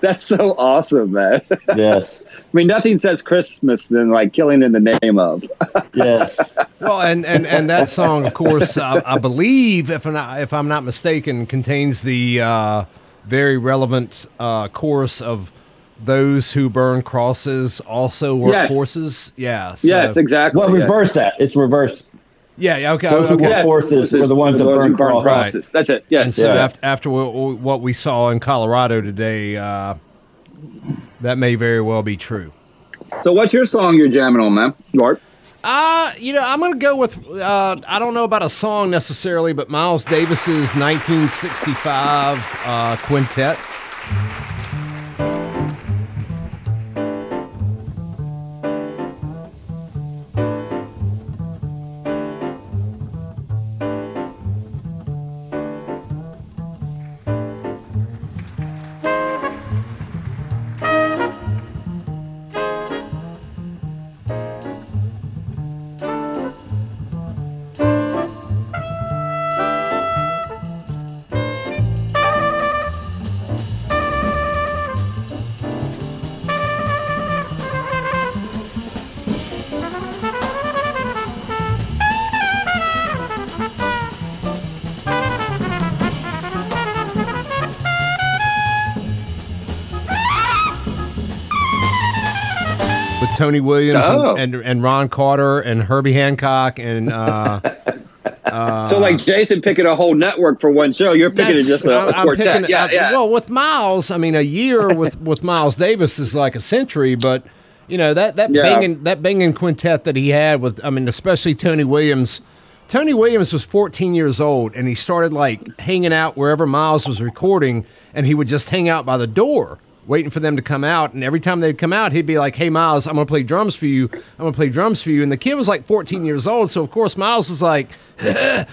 [SPEAKER 3] That's so awesome, man. (laughs) I
[SPEAKER 1] yes,
[SPEAKER 3] mean, nothing says Christmas than like killing in the name of.
[SPEAKER 1] yes.
[SPEAKER 3] (laughs)
[SPEAKER 2] Well, and, and, and that song, of course, I, I believe, if I'm not, if I'm not mistaken, contains the uh, very relevant uh, chorus of those who burn crosses also work
[SPEAKER 3] Yes.
[SPEAKER 2] horses. Yeah. so-
[SPEAKER 3] Yes, exactly.
[SPEAKER 1] Well,
[SPEAKER 3] yes.
[SPEAKER 1] reverse that. It's reverse.
[SPEAKER 2] Yeah. yeah, Okay.
[SPEAKER 1] Those who
[SPEAKER 2] okay.
[SPEAKER 1] work forces were the ones that burned crosses.
[SPEAKER 3] That's it. Yes.
[SPEAKER 2] And so
[SPEAKER 1] Yeah.
[SPEAKER 2] after, after what what we saw in Colorado today, uh, that may very well be true.
[SPEAKER 3] So what's your song you're jamming on, man? Bart?
[SPEAKER 2] Uh, you know, I'm going to go with, uh, I don't know about a song necessarily, but Miles Davis's 1965 uh, quintet. with Tony Williams and-
[SPEAKER 3] Oh.
[SPEAKER 2] and, and Ron Carter and Herbie Hancock and uh,
[SPEAKER 3] so like Jason picking a whole network for one show, you're picking it
[SPEAKER 2] that's-
[SPEAKER 3] just a,
[SPEAKER 2] I'm-
[SPEAKER 3] a
[SPEAKER 2] I'm
[SPEAKER 3] quartet.
[SPEAKER 2] picking-
[SPEAKER 3] yeah,
[SPEAKER 2] I-
[SPEAKER 3] yeah.
[SPEAKER 2] Well, with Miles, I mean, a year with with Miles Davis is like a century, but you know that that
[SPEAKER 3] Yeah.
[SPEAKER 2] banging that banging quintet that he had with, I mean, especially Tony Williams. Tony Williams was 14 years old, and he started like hanging out wherever Miles was recording, and he would just hang out by the door. Waiting for them to come out, and every time they'd come out, he'd be like, "Hey, Miles, I'm gonna play drums for you. I'm gonna play drums for you." And the kid was like 14 years old, so of course Miles was like, (laughs)
[SPEAKER 3] (laughs)
[SPEAKER 2] uh,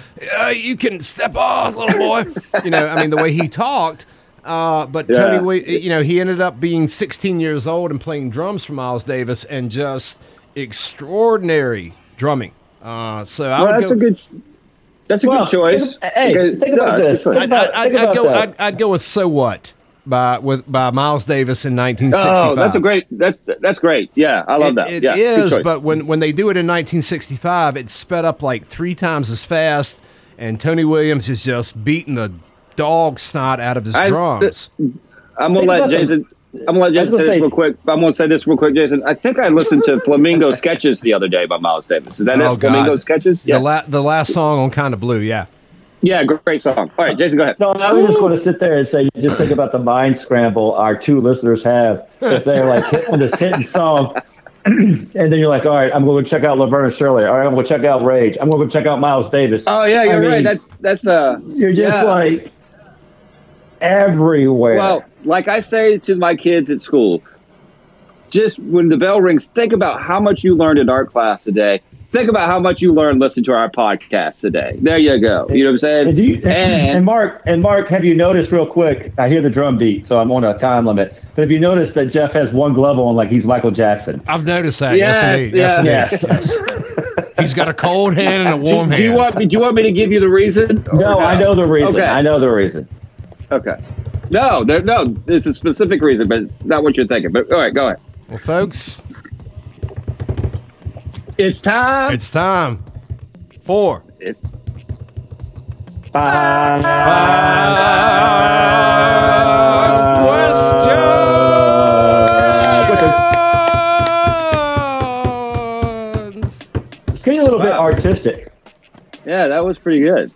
[SPEAKER 2] you can step off, little boy. you know, I mean, the way he talked, Uh, but
[SPEAKER 3] Yeah.
[SPEAKER 2] Tony, we, you know, he ended up being 16 years old and playing drums for Miles Davis and just extraordinary drumming. Uh, so I
[SPEAKER 3] Well,
[SPEAKER 2] would
[SPEAKER 3] that's
[SPEAKER 2] go,
[SPEAKER 3] a good. That's a
[SPEAKER 1] Well,
[SPEAKER 3] good choice.
[SPEAKER 1] think- hey,
[SPEAKER 3] Because-
[SPEAKER 1] think about
[SPEAKER 3] it's a
[SPEAKER 1] this.
[SPEAKER 3] good choice.
[SPEAKER 1] Think about-
[SPEAKER 2] I'd,
[SPEAKER 1] think
[SPEAKER 2] I'd
[SPEAKER 1] about
[SPEAKER 2] go.
[SPEAKER 1] that.
[SPEAKER 2] I'd, I'd go with "So What" by with by Miles Davis in 1965.
[SPEAKER 3] Oh, that's a great. That's that's great. Yeah, I love
[SPEAKER 2] It-
[SPEAKER 3] that.
[SPEAKER 2] It
[SPEAKER 3] yeah, good
[SPEAKER 2] is,
[SPEAKER 3] choice.
[SPEAKER 2] but when when they do it in 1965, it's sped up like three times as fast, and Tony Williams is just beating the dog snot out of his
[SPEAKER 3] I-
[SPEAKER 2] drums.
[SPEAKER 3] I'm gonna
[SPEAKER 1] Think
[SPEAKER 3] let
[SPEAKER 1] about the-
[SPEAKER 3] Jason. I'm gonna let
[SPEAKER 1] I was
[SPEAKER 3] Jason say,
[SPEAKER 1] gonna
[SPEAKER 3] this
[SPEAKER 1] say-
[SPEAKER 3] real quick. I'm gonna say this real quick, Jason. I think I listened to Flamingo Sketches the other day by Miles Davis. Is that
[SPEAKER 2] Oh,
[SPEAKER 3] it? Flamingo
[SPEAKER 2] God.
[SPEAKER 3] Sketches. Yeah,
[SPEAKER 2] The la- the last song on Kind of Blue, yeah.
[SPEAKER 3] yeah, great song. All right, Jason, go ahead.
[SPEAKER 1] No, I was just going to sit there and say, just think about the mind scramble our two listeners have if they're like hit on this hitting song, (clears throat) and then you're like, all right, I'm going to check out Laverne Shirley. All right, I'm going to check out Rage. I'm going to check out Miles Davis.
[SPEAKER 3] Oh yeah, you're
[SPEAKER 1] I mean,
[SPEAKER 3] right. That's that's uh.
[SPEAKER 1] you're just
[SPEAKER 3] yeah.
[SPEAKER 1] like everywhere.
[SPEAKER 3] Well, like I say to my kids at school, just when the bell rings, think about how much you learned in art class today. Think about how much you learned listening to our podcast today. There you go. You know what I'm saying?
[SPEAKER 1] And, do you, and,
[SPEAKER 3] And-
[SPEAKER 1] Mark and Mark, have you noticed real quick? I hear the drum beat, so I'm on a time limit. But have you noticed that Jeff has one glove on, like he's Michael Jackson?
[SPEAKER 2] I've noticed that.
[SPEAKER 3] Yes,
[SPEAKER 2] Yes, indeed. Yes,
[SPEAKER 3] yeah.
[SPEAKER 2] indeed.
[SPEAKER 1] Yes.
[SPEAKER 3] (laughs)
[SPEAKER 2] (laughs) He's got a cold hand and a warm
[SPEAKER 3] do,
[SPEAKER 2] hand.
[SPEAKER 3] do you want me? Do you want me to give you the reason? or
[SPEAKER 1] no, I know the reason.
[SPEAKER 3] Okay.
[SPEAKER 1] I know the reason.
[SPEAKER 3] Okay. No, there, no. There's a specific reason, but not what you're thinking. But all right, go ahead.
[SPEAKER 2] well, folks,
[SPEAKER 3] It's time.
[SPEAKER 2] it's time for
[SPEAKER 3] It's, Uh,
[SPEAKER 2] question.
[SPEAKER 1] It's getting a little bit
[SPEAKER 3] Wow.
[SPEAKER 1] artistic.
[SPEAKER 3] yeah, that was pretty good.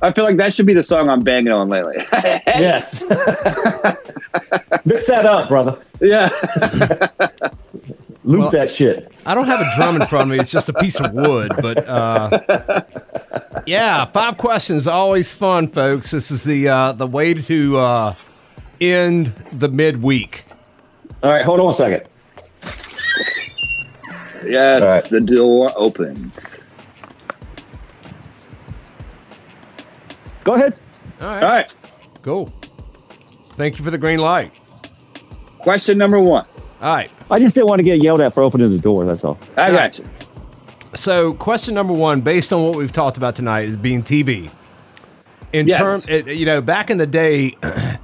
[SPEAKER 3] I feel like that should be the song I'm banging on lately. (laughs)
[SPEAKER 1] Yes. (laughs) Mix that up, brother.
[SPEAKER 3] yeah. (laughs)
[SPEAKER 1] Loop
[SPEAKER 2] Well-
[SPEAKER 1] that shit.
[SPEAKER 2] I don't have a drum in front of me. It's just a piece of wood. But uh, yeah, five questions always fun, folks. This is the uh, the way to uh, end the midweek.
[SPEAKER 1] All right, hold on a second.
[SPEAKER 3] Yes,
[SPEAKER 1] All right.
[SPEAKER 3] the door opens.
[SPEAKER 1] Go ahead.
[SPEAKER 2] All right,
[SPEAKER 3] All right.
[SPEAKER 2] cool. Thank you for the green light.
[SPEAKER 3] Question number one.
[SPEAKER 2] All right.
[SPEAKER 1] I just didn't want to get yelled at for opening the door. That's all.
[SPEAKER 3] I
[SPEAKER 2] Yeah.
[SPEAKER 3] got you.
[SPEAKER 2] So, question number one, based on what we've talked about tonight, is being TV. In
[SPEAKER 3] Yes.
[SPEAKER 2] term, it, you know, back in the day, (clears throat)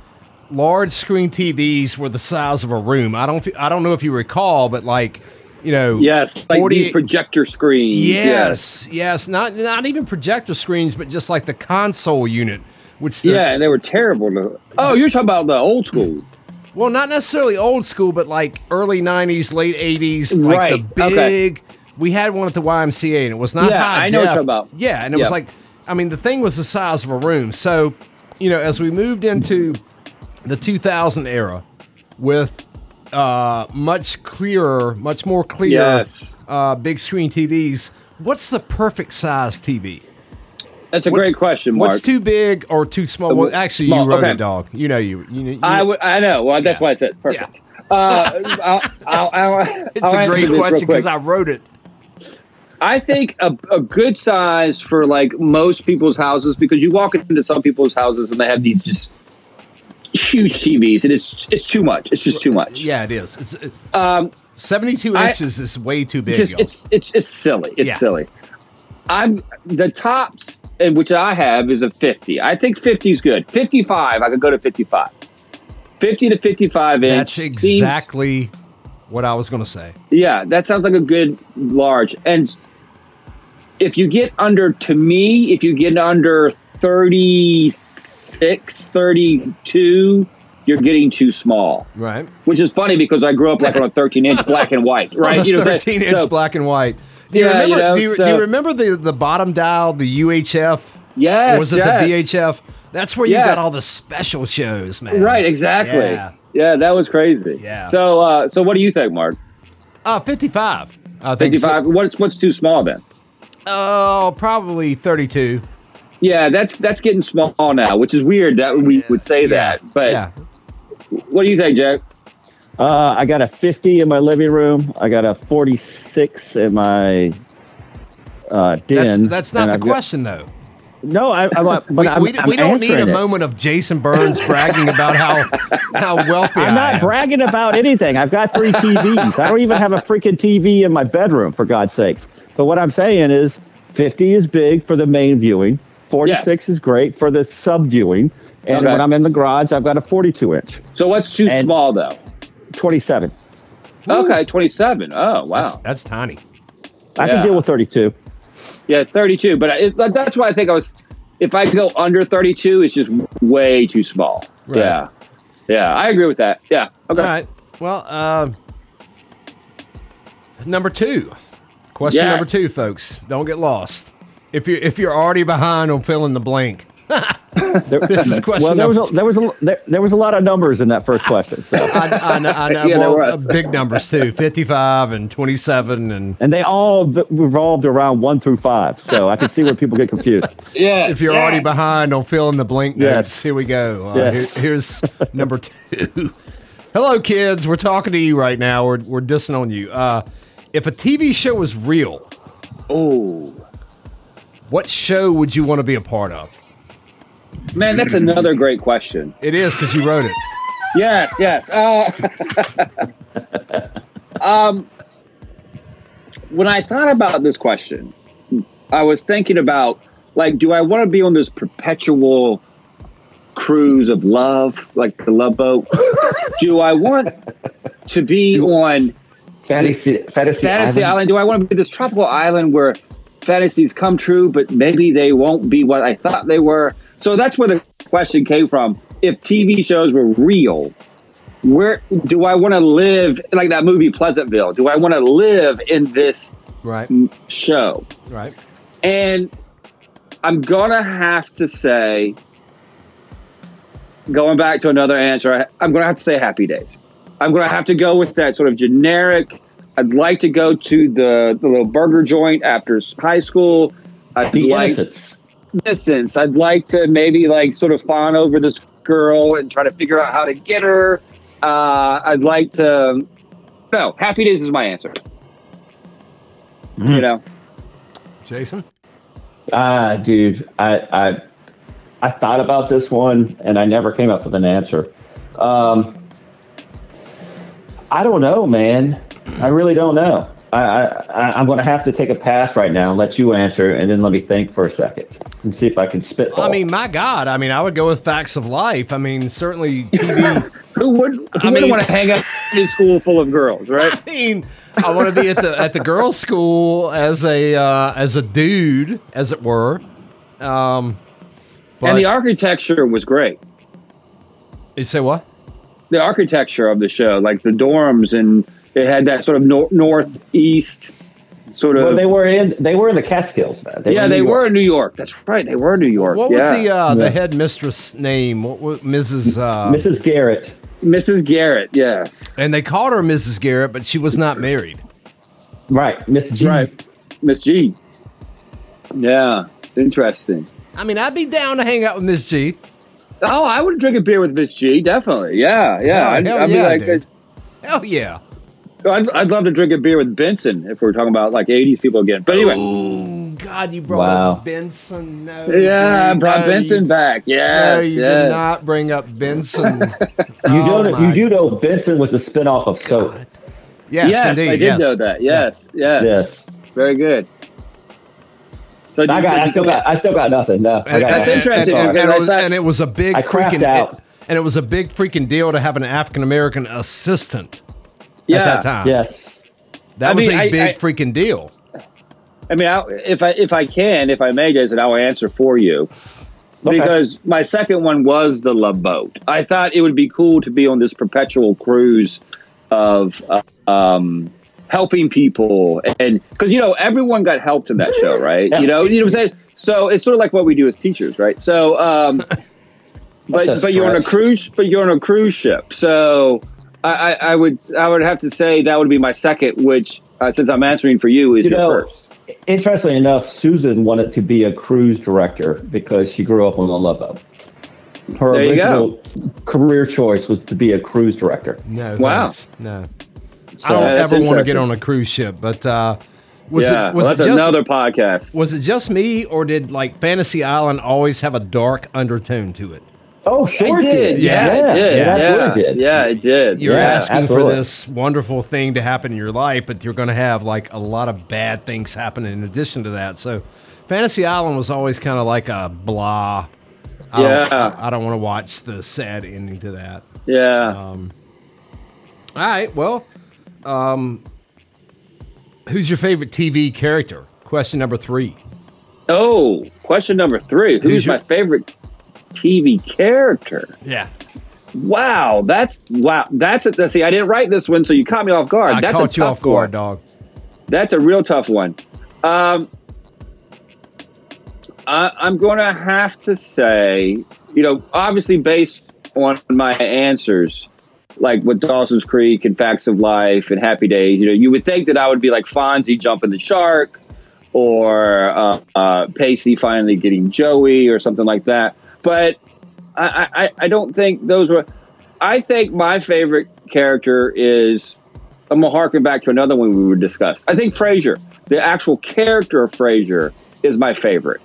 [SPEAKER 2] large screen TVs were the size of a room. I don't, fe- I don't know if you recall, but like, you know,
[SPEAKER 3] Yes, like
[SPEAKER 2] 40
[SPEAKER 3] these projector screens.
[SPEAKER 2] yes, yes, not not even projector screens, but just like the console unit, which the,
[SPEAKER 3] Yeah, and they were terrible. to- Oh, you're talking about the old school.
[SPEAKER 2] Well, not necessarily old school, but like early '90s, late '80s, like
[SPEAKER 3] Right,
[SPEAKER 2] the
[SPEAKER 3] okay.
[SPEAKER 2] big. We had one at the YMCA, and it was not
[SPEAKER 3] Yeah,
[SPEAKER 2] high
[SPEAKER 3] I know
[SPEAKER 2] def.
[SPEAKER 3] what you're talking about.
[SPEAKER 2] Yeah, and it was
[SPEAKER 3] Yeah.
[SPEAKER 2] like, I mean, the thing was the size of a room. So, you know, as we moved into the 2000 era, with uh, much clearer, much more clear
[SPEAKER 3] Yes.
[SPEAKER 2] uh, big screen TVs, what's the perfect size TV?
[SPEAKER 3] That's a
[SPEAKER 2] What-
[SPEAKER 3] great question, Mark. Uh,
[SPEAKER 2] What's too big or too small? Well, actually,
[SPEAKER 3] Small,
[SPEAKER 2] you wrote
[SPEAKER 3] okay.
[SPEAKER 2] it, dog. You know, you. you, you
[SPEAKER 3] I, w- I know. Well, that's
[SPEAKER 2] Yeah.
[SPEAKER 3] why it says perfect.
[SPEAKER 2] (laughs)
[SPEAKER 3] Uh, I'll, I'll, I'll,
[SPEAKER 2] it's
[SPEAKER 3] I'll
[SPEAKER 2] a
[SPEAKER 3] answer
[SPEAKER 2] great
[SPEAKER 3] this real
[SPEAKER 2] question
[SPEAKER 3] quick.
[SPEAKER 2] because I wrote it.
[SPEAKER 3] I think a, a good size for like most people's houses because you walk into some people's houses and they have these just huge TVs and it's it's too much. It's just too much.
[SPEAKER 2] Yeah, it is. It's, it-
[SPEAKER 3] Um,
[SPEAKER 2] 72
[SPEAKER 3] I-
[SPEAKER 2] inches is way too big.
[SPEAKER 3] just
[SPEAKER 2] y'all.
[SPEAKER 3] it's it's it's silly. It's
[SPEAKER 2] Yeah.
[SPEAKER 3] silly. I'm the tops, and which I have is a fifty. I think fifty is good. Fifty-five, I could go to fifty-five. Fifty to fifty-five inch.
[SPEAKER 2] That's
[SPEAKER 3] seems-
[SPEAKER 2] exactly what I was going to say.
[SPEAKER 3] yeah, that sounds like a good large. And if you get under, to me, if you get under 36, 32, you're getting too small.
[SPEAKER 2] Right.
[SPEAKER 3] Which is funny because I grew up like on a 13 inch black and white, right?
[SPEAKER 2] (laughs) On a
[SPEAKER 3] You know what I'm saying?
[SPEAKER 2] 13 inch
[SPEAKER 3] So,
[SPEAKER 2] black and white. Do you,
[SPEAKER 3] Yeah,
[SPEAKER 2] remember,
[SPEAKER 3] you know,
[SPEAKER 2] do, you,
[SPEAKER 3] so-
[SPEAKER 2] do you remember the, the bottom dial, the UHF? Or
[SPEAKER 3] Yes.
[SPEAKER 2] was it
[SPEAKER 3] yes.
[SPEAKER 2] the VHF? That's where you
[SPEAKER 3] Yes.
[SPEAKER 2] got all the special shows, man.
[SPEAKER 3] Right, exactly.
[SPEAKER 2] Yeah.
[SPEAKER 3] Yeah. that was crazy.
[SPEAKER 2] Yeah.
[SPEAKER 3] So, uh, so what do you think, Mark?
[SPEAKER 2] Uh, 55. I think so.
[SPEAKER 3] 55. What's what's too small then?
[SPEAKER 2] Oh, probably 32.
[SPEAKER 3] Yeah, that's that's getting small now, which is weird that we would say that. But
[SPEAKER 2] yeah.
[SPEAKER 3] what do you think, Jack?
[SPEAKER 1] Uh, I got a 50 in my living room. I got a 46 in my uh,
[SPEAKER 2] That's,
[SPEAKER 1] den.
[SPEAKER 2] that's not
[SPEAKER 1] and
[SPEAKER 2] the
[SPEAKER 1] I've got-
[SPEAKER 2] question, though.
[SPEAKER 1] No, I, I
[SPEAKER 2] (laughs)
[SPEAKER 1] but
[SPEAKER 2] We,
[SPEAKER 1] I'm,
[SPEAKER 2] we,
[SPEAKER 1] I'm
[SPEAKER 2] we don't need a
[SPEAKER 1] answering it.
[SPEAKER 2] moment of Jason Burns bragging
[SPEAKER 1] (laughs)
[SPEAKER 2] about how how wealthy
[SPEAKER 1] I'm
[SPEAKER 2] I
[SPEAKER 1] not
[SPEAKER 2] am.
[SPEAKER 1] bragging about anything. I've got three TVs. I don't even have a freaking TV in my bedroom, for God's sakes. But what I'm saying is 50 is big for the main viewing, 46
[SPEAKER 3] Yes.
[SPEAKER 1] is great for the sub viewing. And
[SPEAKER 3] Okay.
[SPEAKER 1] when I'm in the garage, I've got a 42 inch,
[SPEAKER 3] So what's too
[SPEAKER 1] And-
[SPEAKER 3] small though?
[SPEAKER 1] 27.
[SPEAKER 3] Okay, twenty-seven. Oh wow.
[SPEAKER 2] That's, that's tiny.
[SPEAKER 1] I
[SPEAKER 3] Yeah.
[SPEAKER 1] can deal with 32.
[SPEAKER 3] Yeah, 32. But I- it, but that's why I think I was. If I go under 32, it's just way too small.
[SPEAKER 2] Right.
[SPEAKER 3] Yeah, yeah, I agree with that. Yeah. Okay.
[SPEAKER 2] All right. Well, uh, number two. Question
[SPEAKER 3] Yes.
[SPEAKER 2] number two, folks. Don't get lost. If you if you're already behind on fill in the blank,
[SPEAKER 1] There,
[SPEAKER 2] This is question
[SPEAKER 1] well, there
[SPEAKER 2] number
[SPEAKER 1] was, a, there, was a, there, there was a lot of numbers in that first question. So.
[SPEAKER 2] I, I know, I know
[SPEAKER 1] (laughs)
[SPEAKER 3] Yeah, there
[SPEAKER 2] well,
[SPEAKER 3] was.
[SPEAKER 2] uh, big numbers too, fifty-five and twenty-seven, and
[SPEAKER 1] And they all v- revolved around one through five. So I can see where people get confused.
[SPEAKER 3] Yeah.
[SPEAKER 2] if you're already behind on fill in the blank notes,
[SPEAKER 1] Yes.
[SPEAKER 2] here we go. Uh,
[SPEAKER 1] Yes.
[SPEAKER 2] here- here's number two. Hello, kids. We're talking to you right now. We're, we're dissing on you. Uh, if a TV show was real,
[SPEAKER 3] Oh
[SPEAKER 2] what show would you want to be a part of?
[SPEAKER 3] man, that's another great question.
[SPEAKER 2] It is because you wrote it.
[SPEAKER 3] Yes. Yes. Uh, (laughs) um, when I thought about this question, I was thinking about like, do I want to be on this perpetual cruise of love, like the love boat? do I want to be on
[SPEAKER 1] Fantasy, fantasy,
[SPEAKER 3] Fantasy Island? Do I want to be this tropical island where fantasies come true, but maybe they won't be what I thought they were? So that's where the question came from. If TV shows were real, where do I want to live? Like that movie Pleasantville, do I want to live in this
[SPEAKER 2] Right.
[SPEAKER 3] show?
[SPEAKER 2] Right.
[SPEAKER 3] And I'm gonna have to say, going back to another answer, I- I'm gonna have to say Happy Days. I'm gonna have to go with that sort of generic. I'd like to go to the, the little burger joint after s- high school. I'd
[SPEAKER 1] The
[SPEAKER 3] like
[SPEAKER 1] innocence.
[SPEAKER 3] innocence. I'd like to maybe like sort of fawn over this girl and try to figure out how to get her. Uh, I'd like to. No, Happy Days is my answer. You know,
[SPEAKER 2] Jason?
[SPEAKER 1] Ah, dude, I, I I thought about this one and I never came up with an answer. Um, I don't know, man. I really don't know. I, I I- I'm gonna have to take a pass right now and let you answer, and then let me think for a second and see if I can spitball.
[SPEAKER 2] I mean, my God. I mean, I would go with Facts of Life. I mean, certainly (laughs) TV.
[SPEAKER 3] who would who
[SPEAKER 2] I
[SPEAKER 3] wouldn't
[SPEAKER 2] mean-
[SPEAKER 3] want to hang out in a school full of girls, right?
[SPEAKER 2] I mean, I want to be at the at the girls' school as a uh, as a dude, as it were. Um, but,
[SPEAKER 3] and the architecture was great.
[SPEAKER 2] you say what?
[SPEAKER 3] The architecture of the show, like the dorms, and it had that sort of nor- northeast sort of.
[SPEAKER 1] well, they were in they were in the Catskills, man.
[SPEAKER 3] yeah,
[SPEAKER 1] in
[SPEAKER 3] they
[SPEAKER 1] New York.
[SPEAKER 3] were in New York. That's right, they were in New York.
[SPEAKER 2] What
[SPEAKER 3] yeah.
[SPEAKER 2] was the uh, the headmistress name? What was Mrs. Uh,
[SPEAKER 1] Mrs. Garrett.
[SPEAKER 3] Mrs. Garrett? Yes,
[SPEAKER 2] And they called her Mrs. Garrett, but she was not married.
[SPEAKER 1] Right, Miss G.
[SPEAKER 3] right, Miss G. Yeah, interesting.
[SPEAKER 2] I mean, I'd be down to hang out with Miss G.
[SPEAKER 3] Oh, I would drink a beer with Miss G. Definitely. Yeah, yeah.
[SPEAKER 2] Hell-
[SPEAKER 3] I'd,
[SPEAKER 2] Oh, hell
[SPEAKER 3] I'd
[SPEAKER 2] yeah,
[SPEAKER 3] be like,
[SPEAKER 2] dude. Hell yeah!
[SPEAKER 3] I'd, I'd love to drink a beer with Benson if we were talking about like '80s people again. But anyway,
[SPEAKER 2] Oh God, you brought
[SPEAKER 1] Wow.
[SPEAKER 2] up Benson. No,
[SPEAKER 3] yeah, I
[SPEAKER 2] dude,
[SPEAKER 3] brought
[SPEAKER 2] no,
[SPEAKER 3] Benson
[SPEAKER 2] you-
[SPEAKER 3] back. Yes,
[SPEAKER 2] no, you
[SPEAKER 3] yes.
[SPEAKER 2] did not bring up
[SPEAKER 3] (laughs)
[SPEAKER 2] Benson.
[SPEAKER 1] You
[SPEAKER 2] Oh,
[SPEAKER 1] don't
[SPEAKER 2] my
[SPEAKER 1] you do know Benson was a spinoff of Soap.
[SPEAKER 2] Yes,
[SPEAKER 3] yes,
[SPEAKER 2] indeed,
[SPEAKER 3] I did
[SPEAKER 2] yes.
[SPEAKER 3] know that. Yes, yes,
[SPEAKER 1] Yes.
[SPEAKER 3] very good. So
[SPEAKER 1] I got I still got I still got nothing. No, I
[SPEAKER 2] And-
[SPEAKER 1] got
[SPEAKER 2] and-
[SPEAKER 1] nothing.
[SPEAKER 3] That's interesting,
[SPEAKER 2] And, and
[SPEAKER 3] because
[SPEAKER 2] it
[SPEAKER 3] I
[SPEAKER 2] was,
[SPEAKER 3] thought-
[SPEAKER 2] and it was a big
[SPEAKER 1] I crapped
[SPEAKER 2] freaking
[SPEAKER 1] out.
[SPEAKER 2] and it was a big freaking deal to have an African American assistant
[SPEAKER 3] yeah.
[SPEAKER 2] at that time.
[SPEAKER 1] Yes.
[SPEAKER 2] That
[SPEAKER 3] I
[SPEAKER 2] was
[SPEAKER 3] mean,
[SPEAKER 2] a
[SPEAKER 3] I-
[SPEAKER 2] big
[SPEAKER 3] I-
[SPEAKER 2] freaking deal.
[SPEAKER 3] I mean, I, if I if I can, if I may, Jason, I will answer for you
[SPEAKER 1] Okay.
[SPEAKER 3] because my second one was the Love Boat. I thought it would be cool to be on this perpetual cruise of uh, um, helping people, and because you know everyone got helped in that show, right? You know, you know what I'm saying. So it's sort of like what we do as teachers, right? So, um, but
[SPEAKER 1] That's a
[SPEAKER 3] but you're on a
[SPEAKER 1] stretch.
[SPEAKER 3] cruise, but you're on a cruise ship, so. I, I, I would I would have to say that would be my second, which uh, since I'm answering for you is
[SPEAKER 1] You
[SPEAKER 3] your
[SPEAKER 1] know,
[SPEAKER 3] first.
[SPEAKER 1] Interestingly enough, Susan wanted to be a cruise director because she grew up on the Love Boat. Her
[SPEAKER 3] There you
[SPEAKER 1] original career choice was to be a cruise director.
[SPEAKER 2] No.
[SPEAKER 3] Wow.
[SPEAKER 2] thanks. No.
[SPEAKER 1] So
[SPEAKER 2] I don't
[SPEAKER 3] that's
[SPEAKER 2] ever want to get
[SPEAKER 3] interesting.
[SPEAKER 2] on a cruise ship, but uh, Was
[SPEAKER 3] yeah,
[SPEAKER 2] it was
[SPEAKER 3] well,
[SPEAKER 2] it
[SPEAKER 3] that's
[SPEAKER 2] just
[SPEAKER 3] another podcast.
[SPEAKER 2] was it just me or did like Fantasy Island always have a dark undertone to it?
[SPEAKER 1] Oh, sure
[SPEAKER 3] It did. Yeah, it did.
[SPEAKER 1] it
[SPEAKER 3] Yeah,
[SPEAKER 1] absolutely
[SPEAKER 3] yeah,
[SPEAKER 1] did.
[SPEAKER 3] it did.
[SPEAKER 2] You're
[SPEAKER 1] Yeah,
[SPEAKER 2] asking
[SPEAKER 1] absolutely.
[SPEAKER 2] for this wonderful thing to happen in your life, but you're going to have like a lot of bad things happen in addition to that. So, Fantasy Island was always kind of like a blah. I Don't,
[SPEAKER 3] Yeah.
[SPEAKER 2] I, I don't want to watch the sad ending to that.
[SPEAKER 3] Yeah.
[SPEAKER 2] Um, All right. Well, um, who's your favorite TV character? Question number three.
[SPEAKER 3] oh, question number three. Who's,
[SPEAKER 2] Who's your-
[SPEAKER 3] my favorite TV character?
[SPEAKER 2] Yeah.
[SPEAKER 3] Wow, that's wow. That's a see. I didn't write this one, so you caught me off guard.
[SPEAKER 2] I
[SPEAKER 3] Uh, that's a
[SPEAKER 2] caught you
[SPEAKER 3] tough
[SPEAKER 2] off guard,
[SPEAKER 3] one.
[SPEAKER 2] dog.
[SPEAKER 3] That's a real tough one. Um, I, I'm going to have to say, you know, obviously based on my answers, like with Dawson's Creek and Facts of Life and Happy Days, you know, you would think that I would be like Fonzie jumping the shark or uh, uh, Pacey finally getting Joey or something like that. But I, I, I don't think those were. I think my favorite character is I'm gonna harken back to another one we were discussed. I think Frasier, the actual character of Frasier, is my favorite.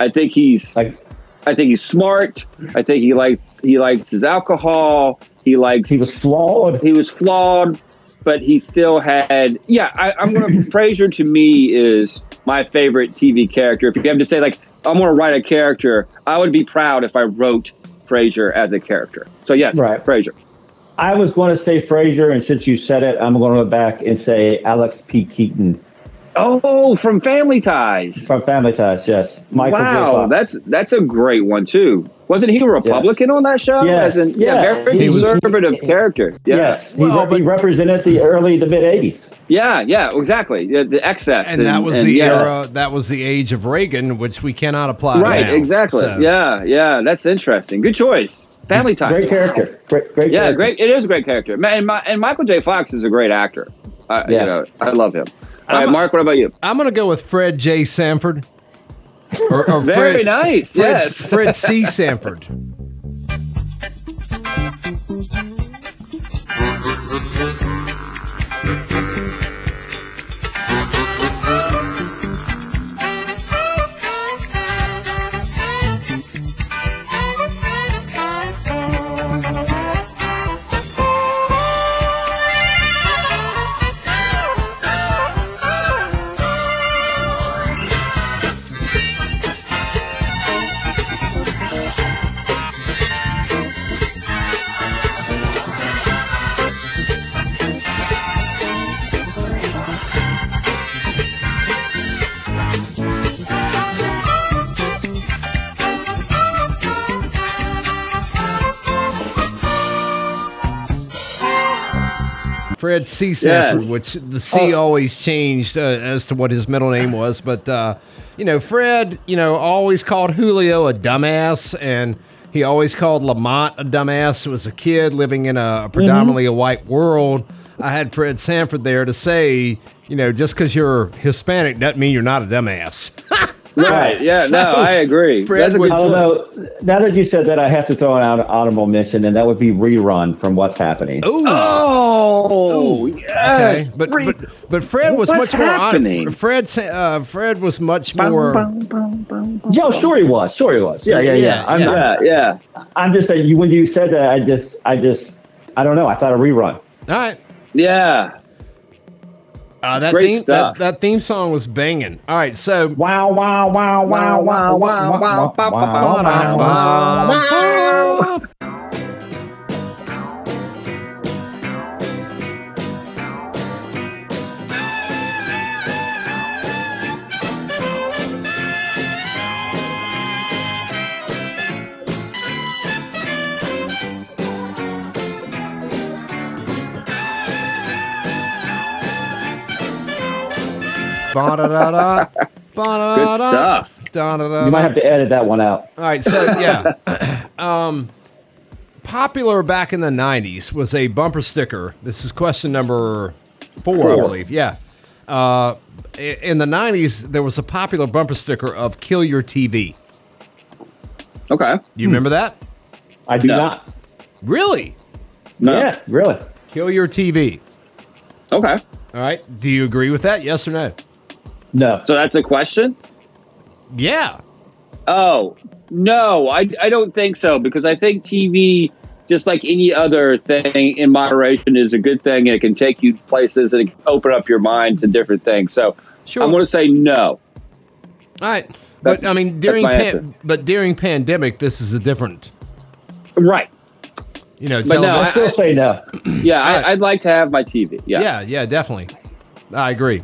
[SPEAKER 3] I think he's
[SPEAKER 1] Like
[SPEAKER 3] I think he's smart. I think he likes he likes his alcohol. He likes
[SPEAKER 1] he was flawed.
[SPEAKER 3] he was flawed, but he still had. Yeah, I, I'm
[SPEAKER 1] (laughs)
[SPEAKER 3] gonna Frasier to me is my favorite TV character. If you have to say like I'm gonna write a character, I would be proud if I wrote Frasier as a character. So yes,
[SPEAKER 1] Right.
[SPEAKER 3] Frasier.
[SPEAKER 1] I was going to say Frasier, and since you said it, I'm going to go back and say Alex P. Keaton
[SPEAKER 3] Oh, from Family Ties.
[SPEAKER 1] from Family Ties. Yes, Michael J.
[SPEAKER 3] wow,
[SPEAKER 1] Fox.
[SPEAKER 3] that's that's a great one too. Wasn't he a Republican on that show?
[SPEAKER 1] Yes,
[SPEAKER 3] As in- yeah,
[SPEAKER 1] yeah,
[SPEAKER 3] very
[SPEAKER 1] he was-
[SPEAKER 3] conservative character. Yeah.
[SPEAKER 1] yes. He,
[SPEAKER 2] Well,
[SPEAKER 1] re- he represented the early to mid '80s.
[SPEAKER 3] yeah, yeah, exactly. Yeah, the excess,
[SPEAKER 2] And, that was
[SPEAKER 3] and
[SPEAKER 2] the
[SPEAKER 3] yeah.
[SPEAKER 2] era, that was the age of Reagan, which we cannot apply.
[SPEAKER 3] right?
[SPEAKER 2] now.
[SPEAKER 3] Exactly.
[SPEAKER 2] So-
[SPEAKER 3] Yeah, yeah, that's interesting. Good choice. Family Ties.
[SPEAKER 1] Great character. Great, great.
[SPEAKER 3] Yeah,
[SPEAKER 1] character.
[SPEAKER 3] great. It is a great character. Ma- And, my, and Michael J. Fox is a great actor. I,
[SPEAKER 1] Yeah.
[SPEAKER 3] You know, I love him. All
[SPEAKER 2] I'm
[SPEAKER 3] right,
[SPEAKER 2] a-
[SPEAKER 3] Mark, what about you?
[SPEAKER 2] I'm gonna go with Fred J. Sanford. Or, or
[SPEAKER 3] Very
[SPEAKER 2] Fred,
[SPEAKER 3] nice.
[SPEAKER 2] Fred,
[SPEAKER 3] yes.
[SPEAKER 2] Fred C.
[SPEAKER 3] (laughs)
[SPEAKER 2] Sanford. Fred C. Sanford,
[SPEAKER 3] Yes. Oh.
[SPEAKER 2] which the C always changed uh, as to what his middle name was. But, uh, you know, Fred, you know, always called Julio a dumbass, and he always called Lamont a dumbass. It was a kid living in
[SPEAKER 3] Mm-hmm.
[SPEAKER 2] a predominantly a white world. I had Fred Sanford there to say, you know, just because you're Hispanic doesn't mean you're not a dumbass.
[SPEAKER 3] Right. Yeah.
[SPEAKER 2] (laughs) So,
[SPEAKER 3] no, I agree.
[SPEAKER 2] Fred
[SPEAKER 3] That's a
[SPEAKER 2] would-
[SPEAKER 3] good choice.
[SPEAKER 1] Although now that you said that, I have to throw out an honorable mention, and that would be rerun from What's Happening.
[SPEAKER 2] Ooh.
[SPEAKER 3] Oh, yes.
[SPEAKER 2] Okay, but,
[SPEAKER 3] Re-
[SPEAKER 2] but but Fred was
[SPEAKER 3] What's
[SPEAKER 2] much more
[SPEAKER 3] happening?
[SPEAKER 2] on, Fred sa- uh, Fred was much more
[SPEAKER 1] Yo, sure he was. Sure he was. Yeah, yeah, yeah.
[SPEAKER 2] Yeah,
[SPEAKER 1] I'm,
[SPEAKER 2] yeah.
[SPEAKER 1] Not,
[SPEAKER 3] yeah, yeah.
[SPEAKER 1] I'm just saying. You, when you said that, I just, I just, I don't know. I thought a rerun.
[SPEAKER 2] all right.
[SPEAKER 3] Yeah.
[SPEAKER 2] Uh, that,
[SPEAKER 3] Great
[SPEAKER 2] theme, that
[SPEAKER 3] stuff.
[SPEAKER 2] that theme song was banging. All right, so
[SPEAKER 1] Wow, wow, wow, wow, wow, wow, wow, wow, wow, wow, wow.
[SPEAKER 2] (laughs) Ba-da-da-da.
[SPEAKER 3] Good
[SPEAKER 2] Ba-da-da-da.
[SPEAKER 3] stuff.
[SPEAKER 2] Da-da-da-da.
[SPEAKER 1] You might have to edit that one out.
[SPEAKER 2] All right, so yeah, (coughs) um, popular back in the '90s was a bumper sticker. This is question number four, I believe. Yeah, uh, i- in the '90s there was a popular bumper sticker of "Kill Your TV."
[SPEAKER 3] Okay.
[SPEAKER 2] Do you remember that?
[SPEAKER 1] I do
[SPEAKER 3] No.
[SPEAKER 1] not.
[SPEAKER 2] Really?
[SPEAKER 3] No.
[SPEAKER 1] Yeah, really.
[SPEAKER 2] Kill your TV.
[SPEAKER 3] Okay.
[SPEAKER 2] All right. Do you agree with that? Yes or no?
[SPEAKER 1] No.
[SPEAKER 3] So that's a question?
[SPEAKER 2] Yeah.
[SPEAKER 3] Oh, no, I, I don't think so because I think TV, just like any other thing in moderation, is a good thing and it can take you places and it can open up your mind to different things. So
[SPEAKER 2] Sure.
[SPEAKER 3] I'm going to say no.
[SPEAKER 2] All right.
[SPEAKER 3] That's-
[SPEAKER 2] but I mean,
[SPEAKER 3] that's
[SPEAKER 2] during
[SPEAKER 3] my
[SPEAKER 2] pan-
[SPEAKER 3] answer.
[SPEAKER 2] but during pandemic, this is a different.
[SPEAKER 3] Right.
[SPEAKER 2] You know,
[SPEAKER 3] But no,
[SPEAKER 2] televi-
[SPEAKER 3] I
[SPEAKER 1] Still say no.
[SPEAKER 3] Yeah,
[SPEAKER 2] Alright.
[SPEAKER 3] I, I'd like to have my TV. Yeah.
[SPEAKER 2] yeah, yeah, definitely. I agree.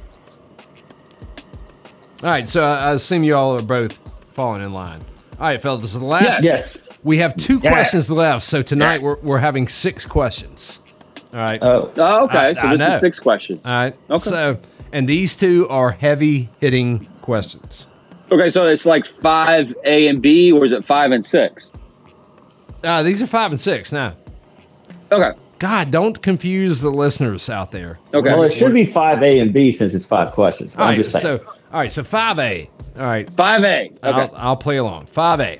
[SPEAKER 2] All right, so I I assume you all are both falling in line. All right, fellas, the last.
[SPEAKER 1] Yes.
[SPEAKER 2] We have two questions left, so tonight we're, we're having six questions. All right.
[SPEAKER 1] Oh.
[SPEAKER 3] Oh, okay.
[SPEAKER 2] I-
[SPEAKER 3] so
[SPEAKER 2] I
[SPEAKER 3] this
[SPEAKER 2] know.
[SPEAKER 3] is six questions.
[SPEAKER 2] all right.
[SPEAKER 3] okay.
[SPEAKER 2] So, and these two are heavy hitting questions.
[SPEAKER 3] Okay, so it's like five A and B, or is it five and six?
[SPEAKER 2] Uh, these are five and six now.
[SPEAKER 3] Okay.
[SPEAKER 2] God, don't confuse the listeners out there.
[SPEAKER 3] Okay.
[SPEAKER 1] Well, it should be five A and B since it's five questions.
[SPEAKER 2] All
[SPEAKER 1] I'm
[SPEAKER 2] right,
[SPEAKER 1] just saying.
[SPEAKER 2] so all right, so five A. All right,
[SPEAKER 3] Five A. Okay.
[SPEAKER 2] I'll, I'll play along. Five
[SPEAKER 3] (laughs)
[SPEAKER 2] A.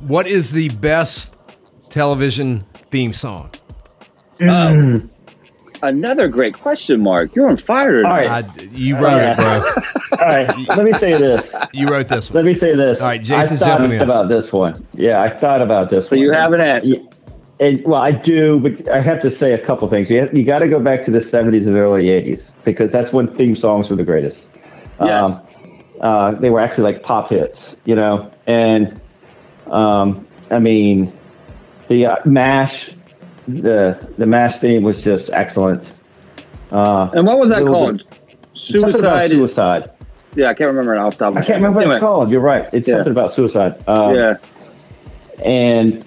[SPEAKER 2] what is the best television theme song?
[SPEAKER 3] Oh. Another great question, Mark. You're on fire.
[SPEAKER 1] All right.
[SPEAKER 2] I,
[SPEAKER 3] Oh,
[SPEAKER 2] you wrote it, bro.
[SPEAKER 1] All right. Let me say this.
[SPEAKER 2] You wrote this
[SPEAKER 1] Let
[SPEAKER 3] (laughs)
[SPEAKER 2] one.
[SPEAKER 1] me say this.
[SPEAKER 2] All right, Jason's
[SPEAKER 1] I
[SPEAKER 2] jumping
[SPEAKER 1] thought
[SPEAKER 2] in.
[SPEAKER 1] about this one. Yeah, I thought about this
[SPEAKER 3] So
[SPEAKER 1] one.
[SPEAKER 3] you have an answer.
[SPEAKER 1] Yeah. And, well, I do, but I have to say a couple things. You, you got to go back to the 70s and early 80s because that's when theme songs were the greatest.
[SPEAKER 3] Yes.
[SPEAKER 1] uh, they were actually like pop hits, you know? And um, I mean, the uh, MASH, the, the MASH theme was just excellent. Uh,
[SPEAKER 3] And what was that
[SPEAKER 1] Little
[SPEAKER 3] called?
[SPEAKER 1] something about
[SPEAKER 3] Suicide. is-
[SPEAKER 1] suicide.
[SPEAKER 3] yeah, I can't remember it off the top. of my
[SPEAKER 1] I
[SPEAKER 3] head.
[SPEAKER 1] can't remember what it's
[SPEAKER 3] Anyway,
[SPEAKER 1] called. You're right. It's
[SPEAKER 3] Yeah.
[SPEAKER 1] something about suicide. Um,
[SPEAKER 3] Yeah.
[SPEAKER 1] and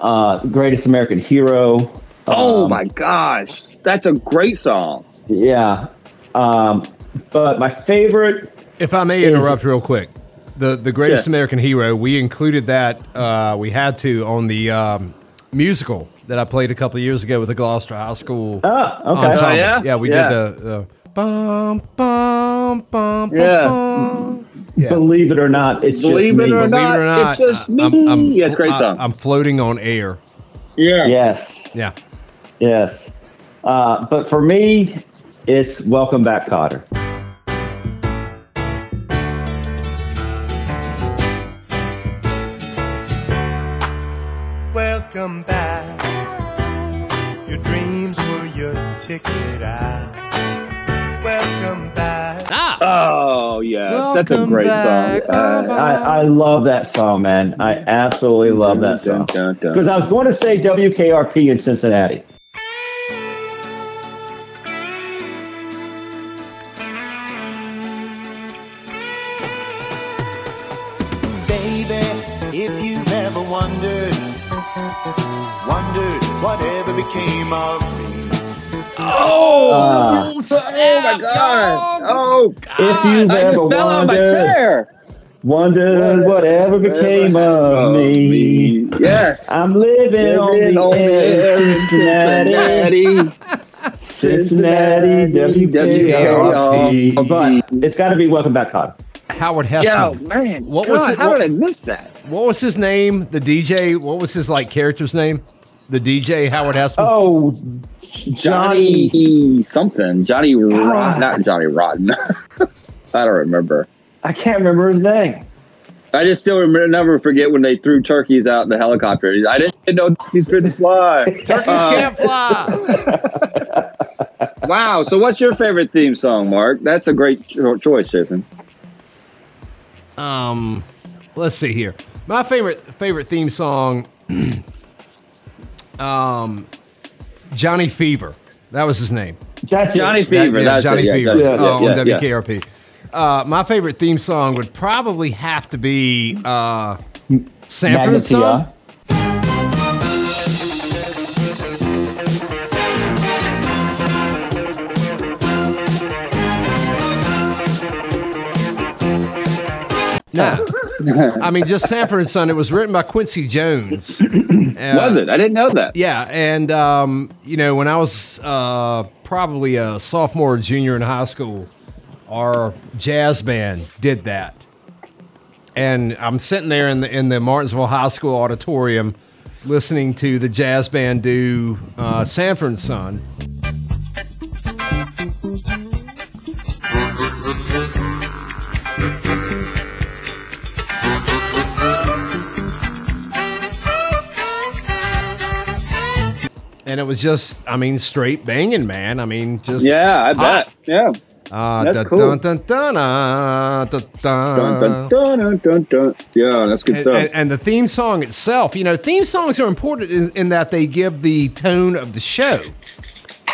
[SPEAKER 1] uh, Greatest American Hero.
[SPEAKER 3] Oh
[SPEAKER 1] Um,
[SPEAKER 3] my gosh, that's a great song.
[SPEAKER 1] Yeah, um, but my favorite.
[SPEAKER 2] If I may
[SPEAKER 1] Is-
[SPEAKER 2] interrupt real quick, the the greatest
[SPEAKER 3] Yes.
[SPEAKER 2] American hero. We included that. Uh, we had to on the um, musical that I played a couple of years ago with the Gloucester High School.
[SPEAKER 1] Oh, okay.
[SPEAKER 2] ensemble.
[SPEAKER 3] Oh, yeah?
[SPEAKER 2] we
[SPEAKER 3] Yeah.
[SPEAKER 2] did the. the bum, bum, bum,
[SPEAKER 3] Yeah.
[SPEAKER 2] bum, bum. yeah.
[SPEAKER 1] Believe it or not, it's
[SPEAKER 3] Believe
[SPEAKER 1] just
[SPEAKER 3] it
[SPEAKER 1] me.
[SPEAKER 3] or
[SPEAKER 2] Believe it or not,
[SPEAKER 3] It's just
[SPEAKER 2] I- I'm,
[SPEAKER 3] me.
[SPEAKER 2] I'm,
[SPEAKER 3] Yeah, it's a great
[SPEAKER 2] I-
[SPEAKER 3] song.
[SPEAKER 2] I'm floating on air.
[SPEAKER 3] Yeah.
[SPEAKER 1] Yes.
[SPEAKER 2] Yeah.
[SPEAKER 1] Yes. Uh, but for me, it's Welcome Back, Cotter.
[SPEAKER 9] Welcome back. Your dreams were your ticket out. Welcome back.
[SPEAKER 2] Ah.
[SPEAKER 3] Oh yes, that's a
[SPEAKER 2] Welcome
[SPEAKER 3] great
[SPEAKER 2] back,
[SPEAKER 3] song. Uh,
[SPEAKER 1] I, I love that song, man. I absolutely love that
[SPEAKER 3] dun,
[SPEAKER 1] song.
[SPEAKER 3] dun, dun.
[SPEAKER 1] Because I was going to say WKRP in Cincinnati.
[SPEAKER 9] Baby, if you've ever wondered, wondered whatever became of me.
[SPEAKER 1] Uh,
[SPEAKER 3] Oh my god. Oh, God.
[SPEAKER 1] if you've
[SPEAKER 3] I just
[SPEAKER 1] ever
[SPEAKER 3] fell on my
[SPEAKER 1] wondered,
[SPEAKER 3] chair.
[SPEAKER 1] wondered whatever became of me.
[SPEAKER 3] Yes.
[SPEAKER 1] I'm living on
[SPEAKER 3] Living
[SPEAKER 1] the
[SPEAKER 3] on the
[SPEAKER 1] air
[SPEAKER 3] air
[SPEAKER 1] in Cincinnati, Cincinnati, WKRP.
[SPEAKER 3] WKRP.
[SPEAKER 1] Oh, But it's got to be Welcome Back, Cotter.
[SPEAKER 2] Howard
[SPEAKER 3] Yo,
[SPEAKER 2] Hessman.
[SPEAKER 3] man.
[SPEAKER 2] What
[SPEAKER 3] What
[SPEAKER 2] was
[SPEAKER 3] was
[SPEAKER 2] it-
[SPEAKER 3] How
[SPEAKER 2] what-
[SPEAKER 3] did I miss that?
[SPEAKER 2] What was his name? The DJ. What was his like character's name? The DJ Howard Hessman.
[SPEAKER 1] Oh,
[SPEAKER 3] Johnny,
[SPEAKER 1] Johnny,
[SPEAKER 3] something. Johnny
[SPEAKER 1] God.
[SPEAKER 3] Rotten. Not Johnny Rotten. (laughs) I don't remember.
[SPEAKER 1] I can't remember his name.
[SPEAKER 3] I just still remember, never forget when they threw turkeys out in the helicopter. I didn't know turkeys couldn't fly.
[SPEAKER 2] (laughs) Turkeys
[SPEAKER 3] Uh,
[SPEAKER 2] can't
[SPEAKER 3] (laughs)
[SPEAKER 2] fly.
[SPEAKER 3] Wow. So, what's your favorite theme song, Mark? That's a great cho- choice, Susan.
[SPEAKER 2] um, let's see here. My favorite favorite theme song. (clears throat) um, Johnny Fever. That was his name.
[SPEAKER 1] That's it.
[SPEAKER 3] Johnny
[SPEAKER 2] That-
[SPEAKER 3] Fever.
[SPEAKER 2] yeah,
[SPEAKER 3] that's
[SPEAKER 2] Johnny
[SPEAKER 3] it. Yeah,
[SPEAKER 2] Fever
[SPEAKER 3] yeah,
[SPEAKER 2] uh, on
[SPEAKER 3] yeah, yeah.
[SPEAKER 2] WKRP. Uh, my favorite theme song would probably have to be uh, Sanford
[SPEAKER 1] Magna
[SPEAKER 2] and Son.
[SPEAKER 1] Pi.
[SPEAKER 2] (laughs) No, I mean just Sanford and Son. It was written by Quincy Jones. Uh,
[SPEAKER 3] Was it? I didn't know that.
[SPEAKER 2] Yeah, and um, you know when I was uh, probably a sophomore or junior in high school, our jazz band did that, and I'm sitting there in the in the Martinsville High School auditorium, listening to the jazz band do uh, Sanford and Son. and it was just, I mean, straight banging, man. I mean, just
[SPEAKER 3] Yeah, I
[SPEAKER 2] hot.
[SPEAKER 3] bet. Yeah.
[SPEAKER 2] Ah,
[SPEAKER 3] That's
[SPEAKER 2] da-
[SPEAKER 3] cool.
[SPEAKER 2] dun, dun, dun, ah, da- dun.
[SPEAKER 3] Dun, dun, dun, dun, dun, dun. Yeah, that's good
[SPEAKER 2] Uh, And,
[SPEAKER 3] stuff.
[SPEAKER 2] and, and the theme song itself, you know, theme songs are important in, in that they give the tone of the show.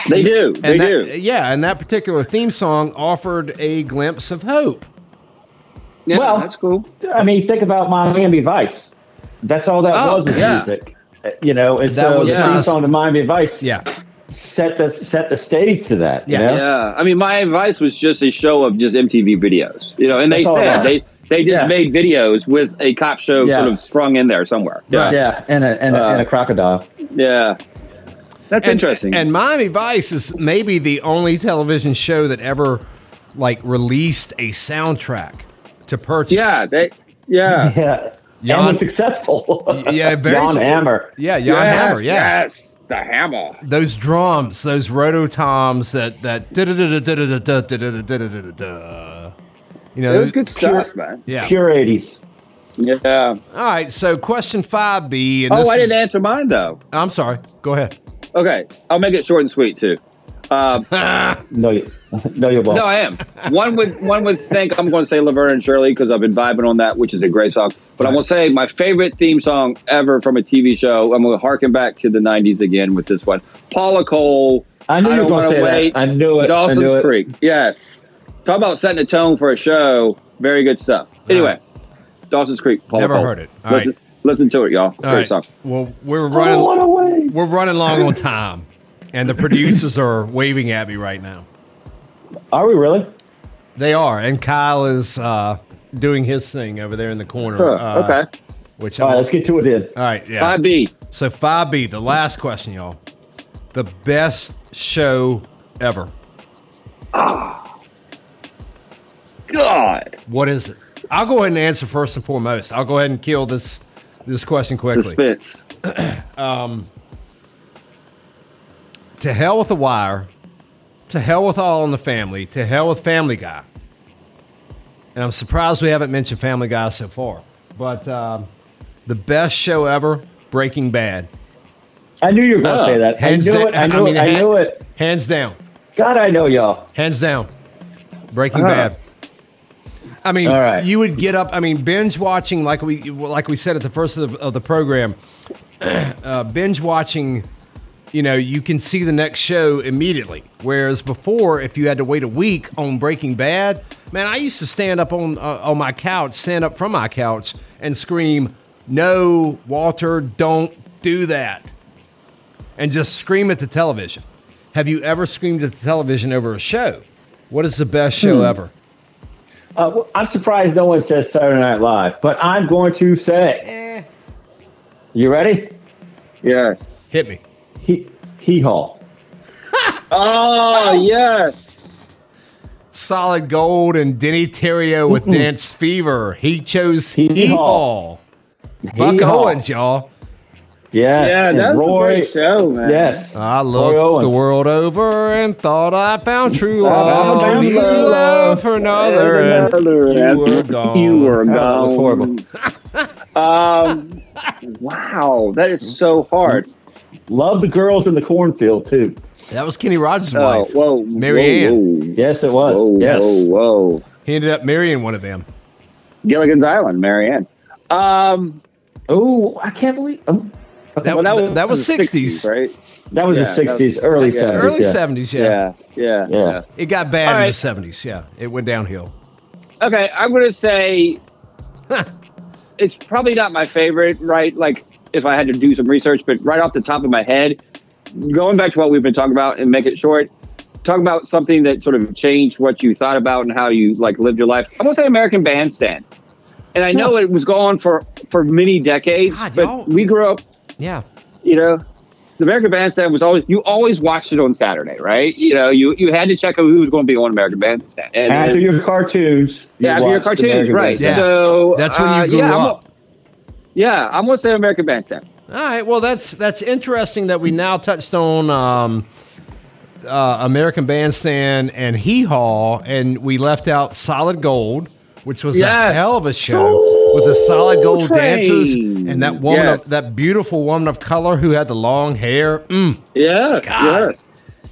[SPEAKER 3] they do. They
[SPEAKER 2] And that,
[SPEAKER 3] do.
[SPEAKER 2] Yeah, and that particular theme song offered a glimpse of hope.
[SPEAKER 3] Yeah,
[SPEAKER 1] Well-
[SPEAKER 3] that's cool.
[SPEAKER 1] I mean, think about Miami Vice. That's all that
[SPEAKER 3] Oh,
[SPEAKER 1] was with
[SPEAKER 3] yeah.
[SPEAKER 1] music, Uh, you know. And
[SPEAKER 2] That
[SPEAKER 1] so
[SPEAKER 2] was
[SPEAKER 1] the theme
[SPEAKER 2] nice.
[SPEAKER 1] song to Miami Vice,
[SPEAKER 2] Yeah.
[SPEAKER 1] set the set the stage to that. you
[SPEAKER 2] Yeah.
[SPEAKER 1] know?
[SPEAKER 3] Yeah, I mean, my advice was just a show of just MTV videos, you know. And they
[SPEAKER 1] That's all it
[SPEAKER 3] said they
[SPEAKER 1] was.
[SPEAKER 3] they just
[SPEAKER 1] Yeah.
[SPEAKER 3] made videos with a cop show
[SPEAKER 1] Yeah.
[SPEAKER 3] sort of strung in there somewhere. Yeah,
[SPEAKER 2] Right.
[SPEAKER 1] yeah, and a and a,
[SPEAKER 3] Uh,
[SPEAKER 1] and a crocodile.
[SPEAKER 3] yeah, that's
[SPEAKER 2] and,
[SPEAKER 3] interesting.
[SPEAKER 2] And Miami Vice is maybe the only television show that ever like released a soundtrack to purchase.
[SPEAKER 3] yeah, they
[SPEAKER 1] (laughs)
[SPEAKER 3] yeah.
[SPEAKER 1] Yeah,
[SPEAKER 2] Jan-
[SPEAKER 1] and was successful.
[SPEAKER 2] yeah, very
[SPEAKER 1] Jan
[SPEAKER 2] successful.
[SPEAKER 1] Hammer.
[SPEAKER 2] yeah, Jan
[SPEAKER 3] yes,
[SPEAKER 2] Hammer, yeah.
[SPEAKER 3] yes, the hammer.
[SPEAKER 2] Those drums, those rototoms that that da-da-da-da-da-da-da-da-da-da-da-da. you know,
[SPEAKER 3] It was
[SPEAKER 2] those-
[SPEAKER 3] good stuff, man.
[SPEAKER 2] Yeah.
[SPEAKER 1] Pure eighties.
[SPEAKER 3] Yeah.
[SPEAKER 2] All right. So question five B. And
[SPEAKER 3] Oh,
[SPEAKER 2] this
[SPEAKER 3] I
[SPEAKER 2] is-
[SPEAKER 3] didn't answer mine though.
[SPEAKER 2] I'm sorry. Go ahead.
[SPEAKER 3] Okay, I'll make it short and sweet too. Um,
[SPEAKER 1] No, you, no, you won't. Oh,
[SPEAKER 3] No, I am. One would one would think I'm going to say Laverne and Shirley because I've been vibing on that, which is a great song. But I'm going to say my favorite theme song ever from a TV show. I'm going to harken back to the '90s again with this one. Paula Cole.
[SPEAKER 1] I knew you were
[SPEAKER 3] Don't
[SPEAKER 1] going to
[SPEAKER 3] Wanna
[SPEAKER 1] say
[SPEAKER 3] Wait,
[SPEAKER 1] that. I knew it. I knew
[SPEAKER 3] Dawson's
[SPEAKER 1] it.
[SPEAKER 3] Creek. Yes. Talk about setting a tone for a show. Very good stuff. Anyway, Dawson's Creek. Paula
[SPEAKER 2] Never
[SPEAKER 3] Cole.
[SPEAKER 2] heard it. All
[SPEAKER 3] Listen,
[SPEAKER 2] right.
[SPEAKER 3] listen to it, y'all.
[SPEAKER 2] All
[SPEAKER 3] great
[SPEAKER 2] right.
[SPEAKER 3] song.
[SPEAKER 2] Well, we're
[SPEAKER 1] I
[SPEAKER 2] running.
[SPEAKER 1] want away.
[SPEAKER 2] We're running long on time, and the producers are waving at me right now.
[SPEAKER 1] Are we really?
[SPEAKER 2] They are, and Kyle is uh, doing his thing over there in the corner.
[SPEAKER 3] Sure,
[SPEAKER 2] uh,
[SPEAKER 3] okay.
[SPEAKER 2] Which
[SPEAKER 1] All
[SPEAKER 2] I'm,
[SPEAKER 1] right, let's get to it then.
[SPEAKER 2] all right. Yeah.
[SPEAKER 3] Five B.
[SPEAKER 2] So five B, the last question, y'all. The best show ever.
[SPEAKER 3] God.
[SPEAKER 2] What is it? I'll go ahead and answer first and foremost. I'll go ahead and kill this this question quickly.
[SPEAKER 3] Suspense.
[SPEAKER 2] To hell with the wire. To hell with all in the family. To hell with Family Guy. And I'm surprised we haven't mentioned Family Guy so far. But um, the best show ever, Breaking Bad.
[SPEAKER 1] I knew you were going to
[SPEAKER 3] Oh,
[SPEAKER 1] say that. I
[SPEAKER 2] hands
[SPEAKER 1] knew
[SPEAKER 2] down-
[SPEAKER 1] it. I
[SPEAKER 2] I
[SPEAKER 1] knew
[SPEAKER 2] mean,
[SPEAKER 1] it. I
[SPEAKER 2] hand-
[SPEAKER 1] knew it.
[SPEAKER 2] Hands down.
[SPEAKER 1] God, I know y'all.
[SPEAKER 2] Hands down. Breaking
[SPEAKER 3] Huh.
[SPEAKER 1] Uh-huh.
[SPEAKER 2] Bad. I mean,
[SPEAKER 1] All right.
[SPEAKER 2] you would get up. I mean, binge watching, like we like we said at the first of the, of the program, (clears throat) uh, binge watching. You know, you can see the next show immediately. Whereas before, if you had to wait a week on Breaking Bad, man, I used to stand up on uh, on my couch, stand up from my couch, and scream, "No, Walter, don't do that!" and just scream at the television. Have you ever screamed at the television over a show? What is the best
[SPEAKER 1] Hmm.
[SPEAKER 2] show ever?
[SPEAKER 1] Uh, well, I'm surprised no one says Saturday Night Live, but I'm going to say. You ready?
[SPEAKER 3] Yeah.
[SPEAKER 2] Hit me.
[SPEAKER 1] He hee haw.
[SPEAKER 3] Oh yes.
[SPEAKER 2] Solid Gold and Denny Terrio with Dance Fever. He chose
[SPEAKER 1] Hee
[SPEAKER 2] Hee Haw.
[SPEAKER 1] Haw.
[SPEAKER 2] Buck
[SPEAKER 1] Hee-haw.
[SPEAKER 2] Owens, y'all.
[SPEAKER 1] Yes.
[SPEAKER 3] Yeah,
[SPEAKER 1] and
[SPEAKER 3] that was
[SPEAKER 1] Roy.
[SPEAKER 3] a great show, man.
[SPEAKER 1] Yes.
[SPEAKER 2] I
[SPEAKER 1] Roy
[SPEAKER 2] looked
[SPEAKER 1] Owens.
[SPEAKER 2] the world over and thought I found true
[SPEAKER 1] I
[SPEAKER 2] love.
[SPEAKER 1] found
[SPEAKER 2] you
[SPEAKER 1] true
[SPEAKER 2] love,
[SPEAKER 1] love
[SPEAKER 2] for another, and you were gone.
[SPEAKER 3] (laughs) You were
[SPEAKER 1] Oh,
[SPEAKER 3] gone.
[SPEAKER 1] that was horrible.
[SPEAKER 3] (laughs) um, wow, that is so hard.
[SPEAKER 1] Love the girls in the cornfield too.
[SPEAKER 2] That was Kenny Rogers'
[SPEAKER 3] Oh,
[SPEAKER 2] wife.
[SPEAKER 3] whoa,
[SPEAKER 2] Mary
[SPEAKER 3] whoa, Whoa.
[SPEAKER 1] Yes, it was.
[SPEAKER 3] Whoa,
[SPEAKER 1] yes.
[SPEAKER 3] whoa, whoa.
[SPEAKER 2] He ended up marrying one of them.
[SPEAKER 3] Gilligan's Island, Marianne. Um,
[SPEAKER 1] Oh, I can't believe. Oh,
[SPEAKER 2] That,
[SPEAKER 3] well,
[SPEAKER 2] that, was 60s.
[SPEAKER 3] right?
[SPEAKER 1] that was
[SPEAKER 3] Yeah,
[SPEAKER 1] the '60s, early
[SPEAKER 3] yeah.
[SPEAKER 1] '70s.
[SPEAKER 2] Early
[SPEAKER 1] yeah.
[SPEAKER 2] 70s, yeah.
[SPEAKER 3] Yeah, yeah,
[SPEAKER 1] Yeah.
[SPEAKER 3] yeah.
[SPEAKER 2] It got bad
[SPEAKER 3] All
[SPEAKER 2] in
[SPEAKER 3] right.
[SPEAKER 2] the 70s, yeah. It went downhill.
[SPEAKER 3] Okay, I'm gonna say it's probably not my favorite, right? Like, if I had to do some research, but right off the top of my head, going back to what we've been talking about and make it short, talk about something that sort of changed what you thought about and how you like lived your life. I'm gonna say American Bandstand, and I know it was gone for for many decades,
[SPEAKER 2] God, y'all-
[SPEAKER 3] but we grew up
[SPEAKER 2] Yeah.
[SPEAKER 3] you know, the American Bandstand was always you always watched it on Saturday, right? You know, you you had to check out who was going to be on American Bandstand. And,
[SPEAKER 1] After your cartoons. you
[SPEAKER 3] yeah, after your
[SPEAKER 1] watched
[SPEAKER 3] cartoons,
[SPEAKER 1] American
[SPEAKER 3] right?
[SPEAKER 1] Bandstand.
[SPEAKER 2] Yeah.
[SPEAKER 3] So
[SPEAKER 2] That's when
[SPEAKER 3] uh,
[SPEAKER 2] you grew
[SPEAKER 3] yeah, I'm
[SPEAKER 2] up.
[SPEAKER 3] gonna- yeah, I'm gonna say American Bandstand.
[SPEAKER 2] All right. Well, that's that's interesting that we now touched on um, uh, American Bandstand and Hee Haw, and we left out Solid Gold, which was a
[SPEAKER 3] Yes.
[SPEAKER 2] hell of a show. with the solid gold dancers
[SPEAKER 3] Train.
[SPEAKER 2] and that woman,
[SPEAKER 3] Yes.
[SPEAKER 2] of, that beautiful woman of color who had the long hair. Mm.
[SPEAKER 3] Yeah. Yes.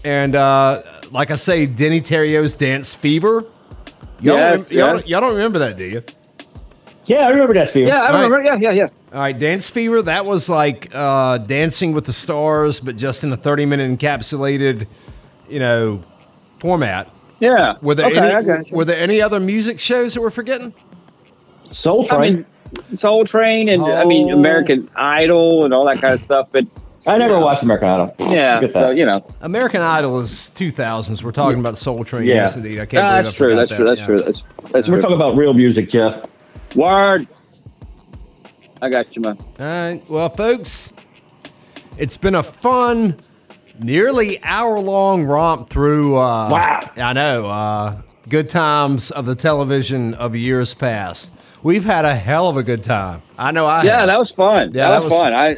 [SPEAKER 2] And uh, like I say, Denny Terrio's Dance Fever. Y'all,
[SPEAKER 3] Yes,
[SPEAKER 2] don't, y'all,
[SPEAKER 3] yes.
[SPEAKER 2] y'all don't remember that, do you?
[SPEAKER 1] Yeah, I remember that fever.
[SPEAKER 3] Yeah, I
[SPEAKER 2] Right.
[SPEAKER 3] remember. Yeah, yeah, yeah.
[SPEAKER 2] All right, Dance Fever, that was like uh, Dancing with the Stars, but just in a 30 minute encapsulated, you know, format.
[SPEAKER 3] Yeah.
[SPEAKER 2] Were there,
[SPEAKER 3] okay, I
[SPEAKER 2] any,
[SPEAKER 3] got you.
[SPEAKER 2] were there any other music shows that we're forgetting?
[SPEAKER 1] Soul
[SPEAKER 3] I
[SPEAKER 1] Train.
[SPEAKER 3] mean, Soul Train and I mean
[SPEAKER 2] Oh.
[SPEAKER 3] American Idol and all that kind of stuff. But
[SPEAKER 1] I, never watched American Idol.
[SPEAKER 3] yeah,
[SPEAKER 1] Get that.
[SPEAKER 3] so you know,
[SPEAKER 2] American Idol is 2000s. We're talking about Soul Train.
[SPEAKER 1] Yeah.
[SPEAKER 2] Yes, indeed. I can't
[SPEAKER 3] Ah,
[SPEAKER 2] believe
[SPEAKER 3] that's,
[SPEAKER 2] I
[SPEAKER 3] true,
[SPEAKER 2] forgot
[SPEAKER 3] that's
[SPEAKER 2] that.
[SPEAKER 3] true. That's
[SPEAKER 2] Yeah.
[SPEAKER 3] true. That's that's
[SPEAKER 1] We're
[SPEAKER 3] true.
[SPEAKER 1] talking about real music, Jeff.
[SPEAKER 3] Word. I got you, man.
[SPEAKER 2] All right. Uh, Well, folks, it's been a fun, nearly hour long romp through. Uh,
[SPEAKER 1] Wow.
[SPEAKER 2] I know. Uh, good times of the television of years past. We've had a hell of a good time. I know I
[SPEAKER 3] Yeah,
[SPEAKER 2] have.
[SPEAKER 3] that was fun.
[SPEAKER 2] Yeah,
[SPEAKER 3] that,
[SPEAKER 2] that
[SPEAKER 3] was,
[SPEAKER 2] was-
[SPEAKER 3] fun. I,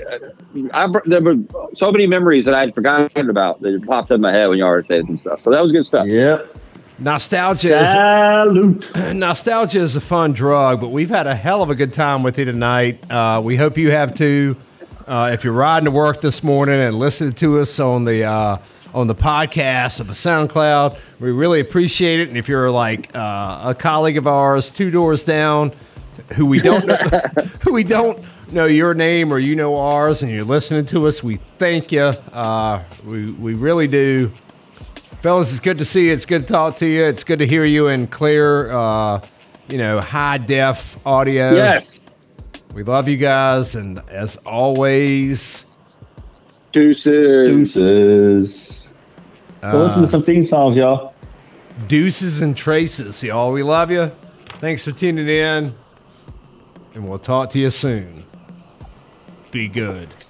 [SPEAKER 3] I, I, there were so many memories that I'd forgotten about that popped in my head when y'all were saying some stuff. So that was good stuff.
[SPEAKER 1] Yep.
[SPEAKER 2] nostalgia. Is,
[SPEAKER 1] Salute.
[SPEAKER 2] (clears throat) nostalgia is a fun drug, but we've had a hell of a good time with you tonight. Uh, we hope you have too. Uh, if you're riding to work this morning and listening to us on the uh, on the podcast or the SoundCloud, we really appreciate it. And if you're like uh, a colleague of ours, two doors down, who we don't know, (laughs) who we don't know your name or you know ours, and you're listening to us, we thank you. Uh, we we really do. Fellas, it's good to see you. It's good to talk to you. It's good to hear you in clear, uh, you know, high def audio.
[SPEAKER 3] Yes.
[SPEAKER 2] We love you guys. And as always,
[SPEAKER 3] Deuces.
[SPEAKER 1] Deuces. Go listen to some theme songs, y'all.
[SPEAKER 2] deuces and traces, y'all. We love you. Thanks for tuning in. And we'll talk to you soon. Be good.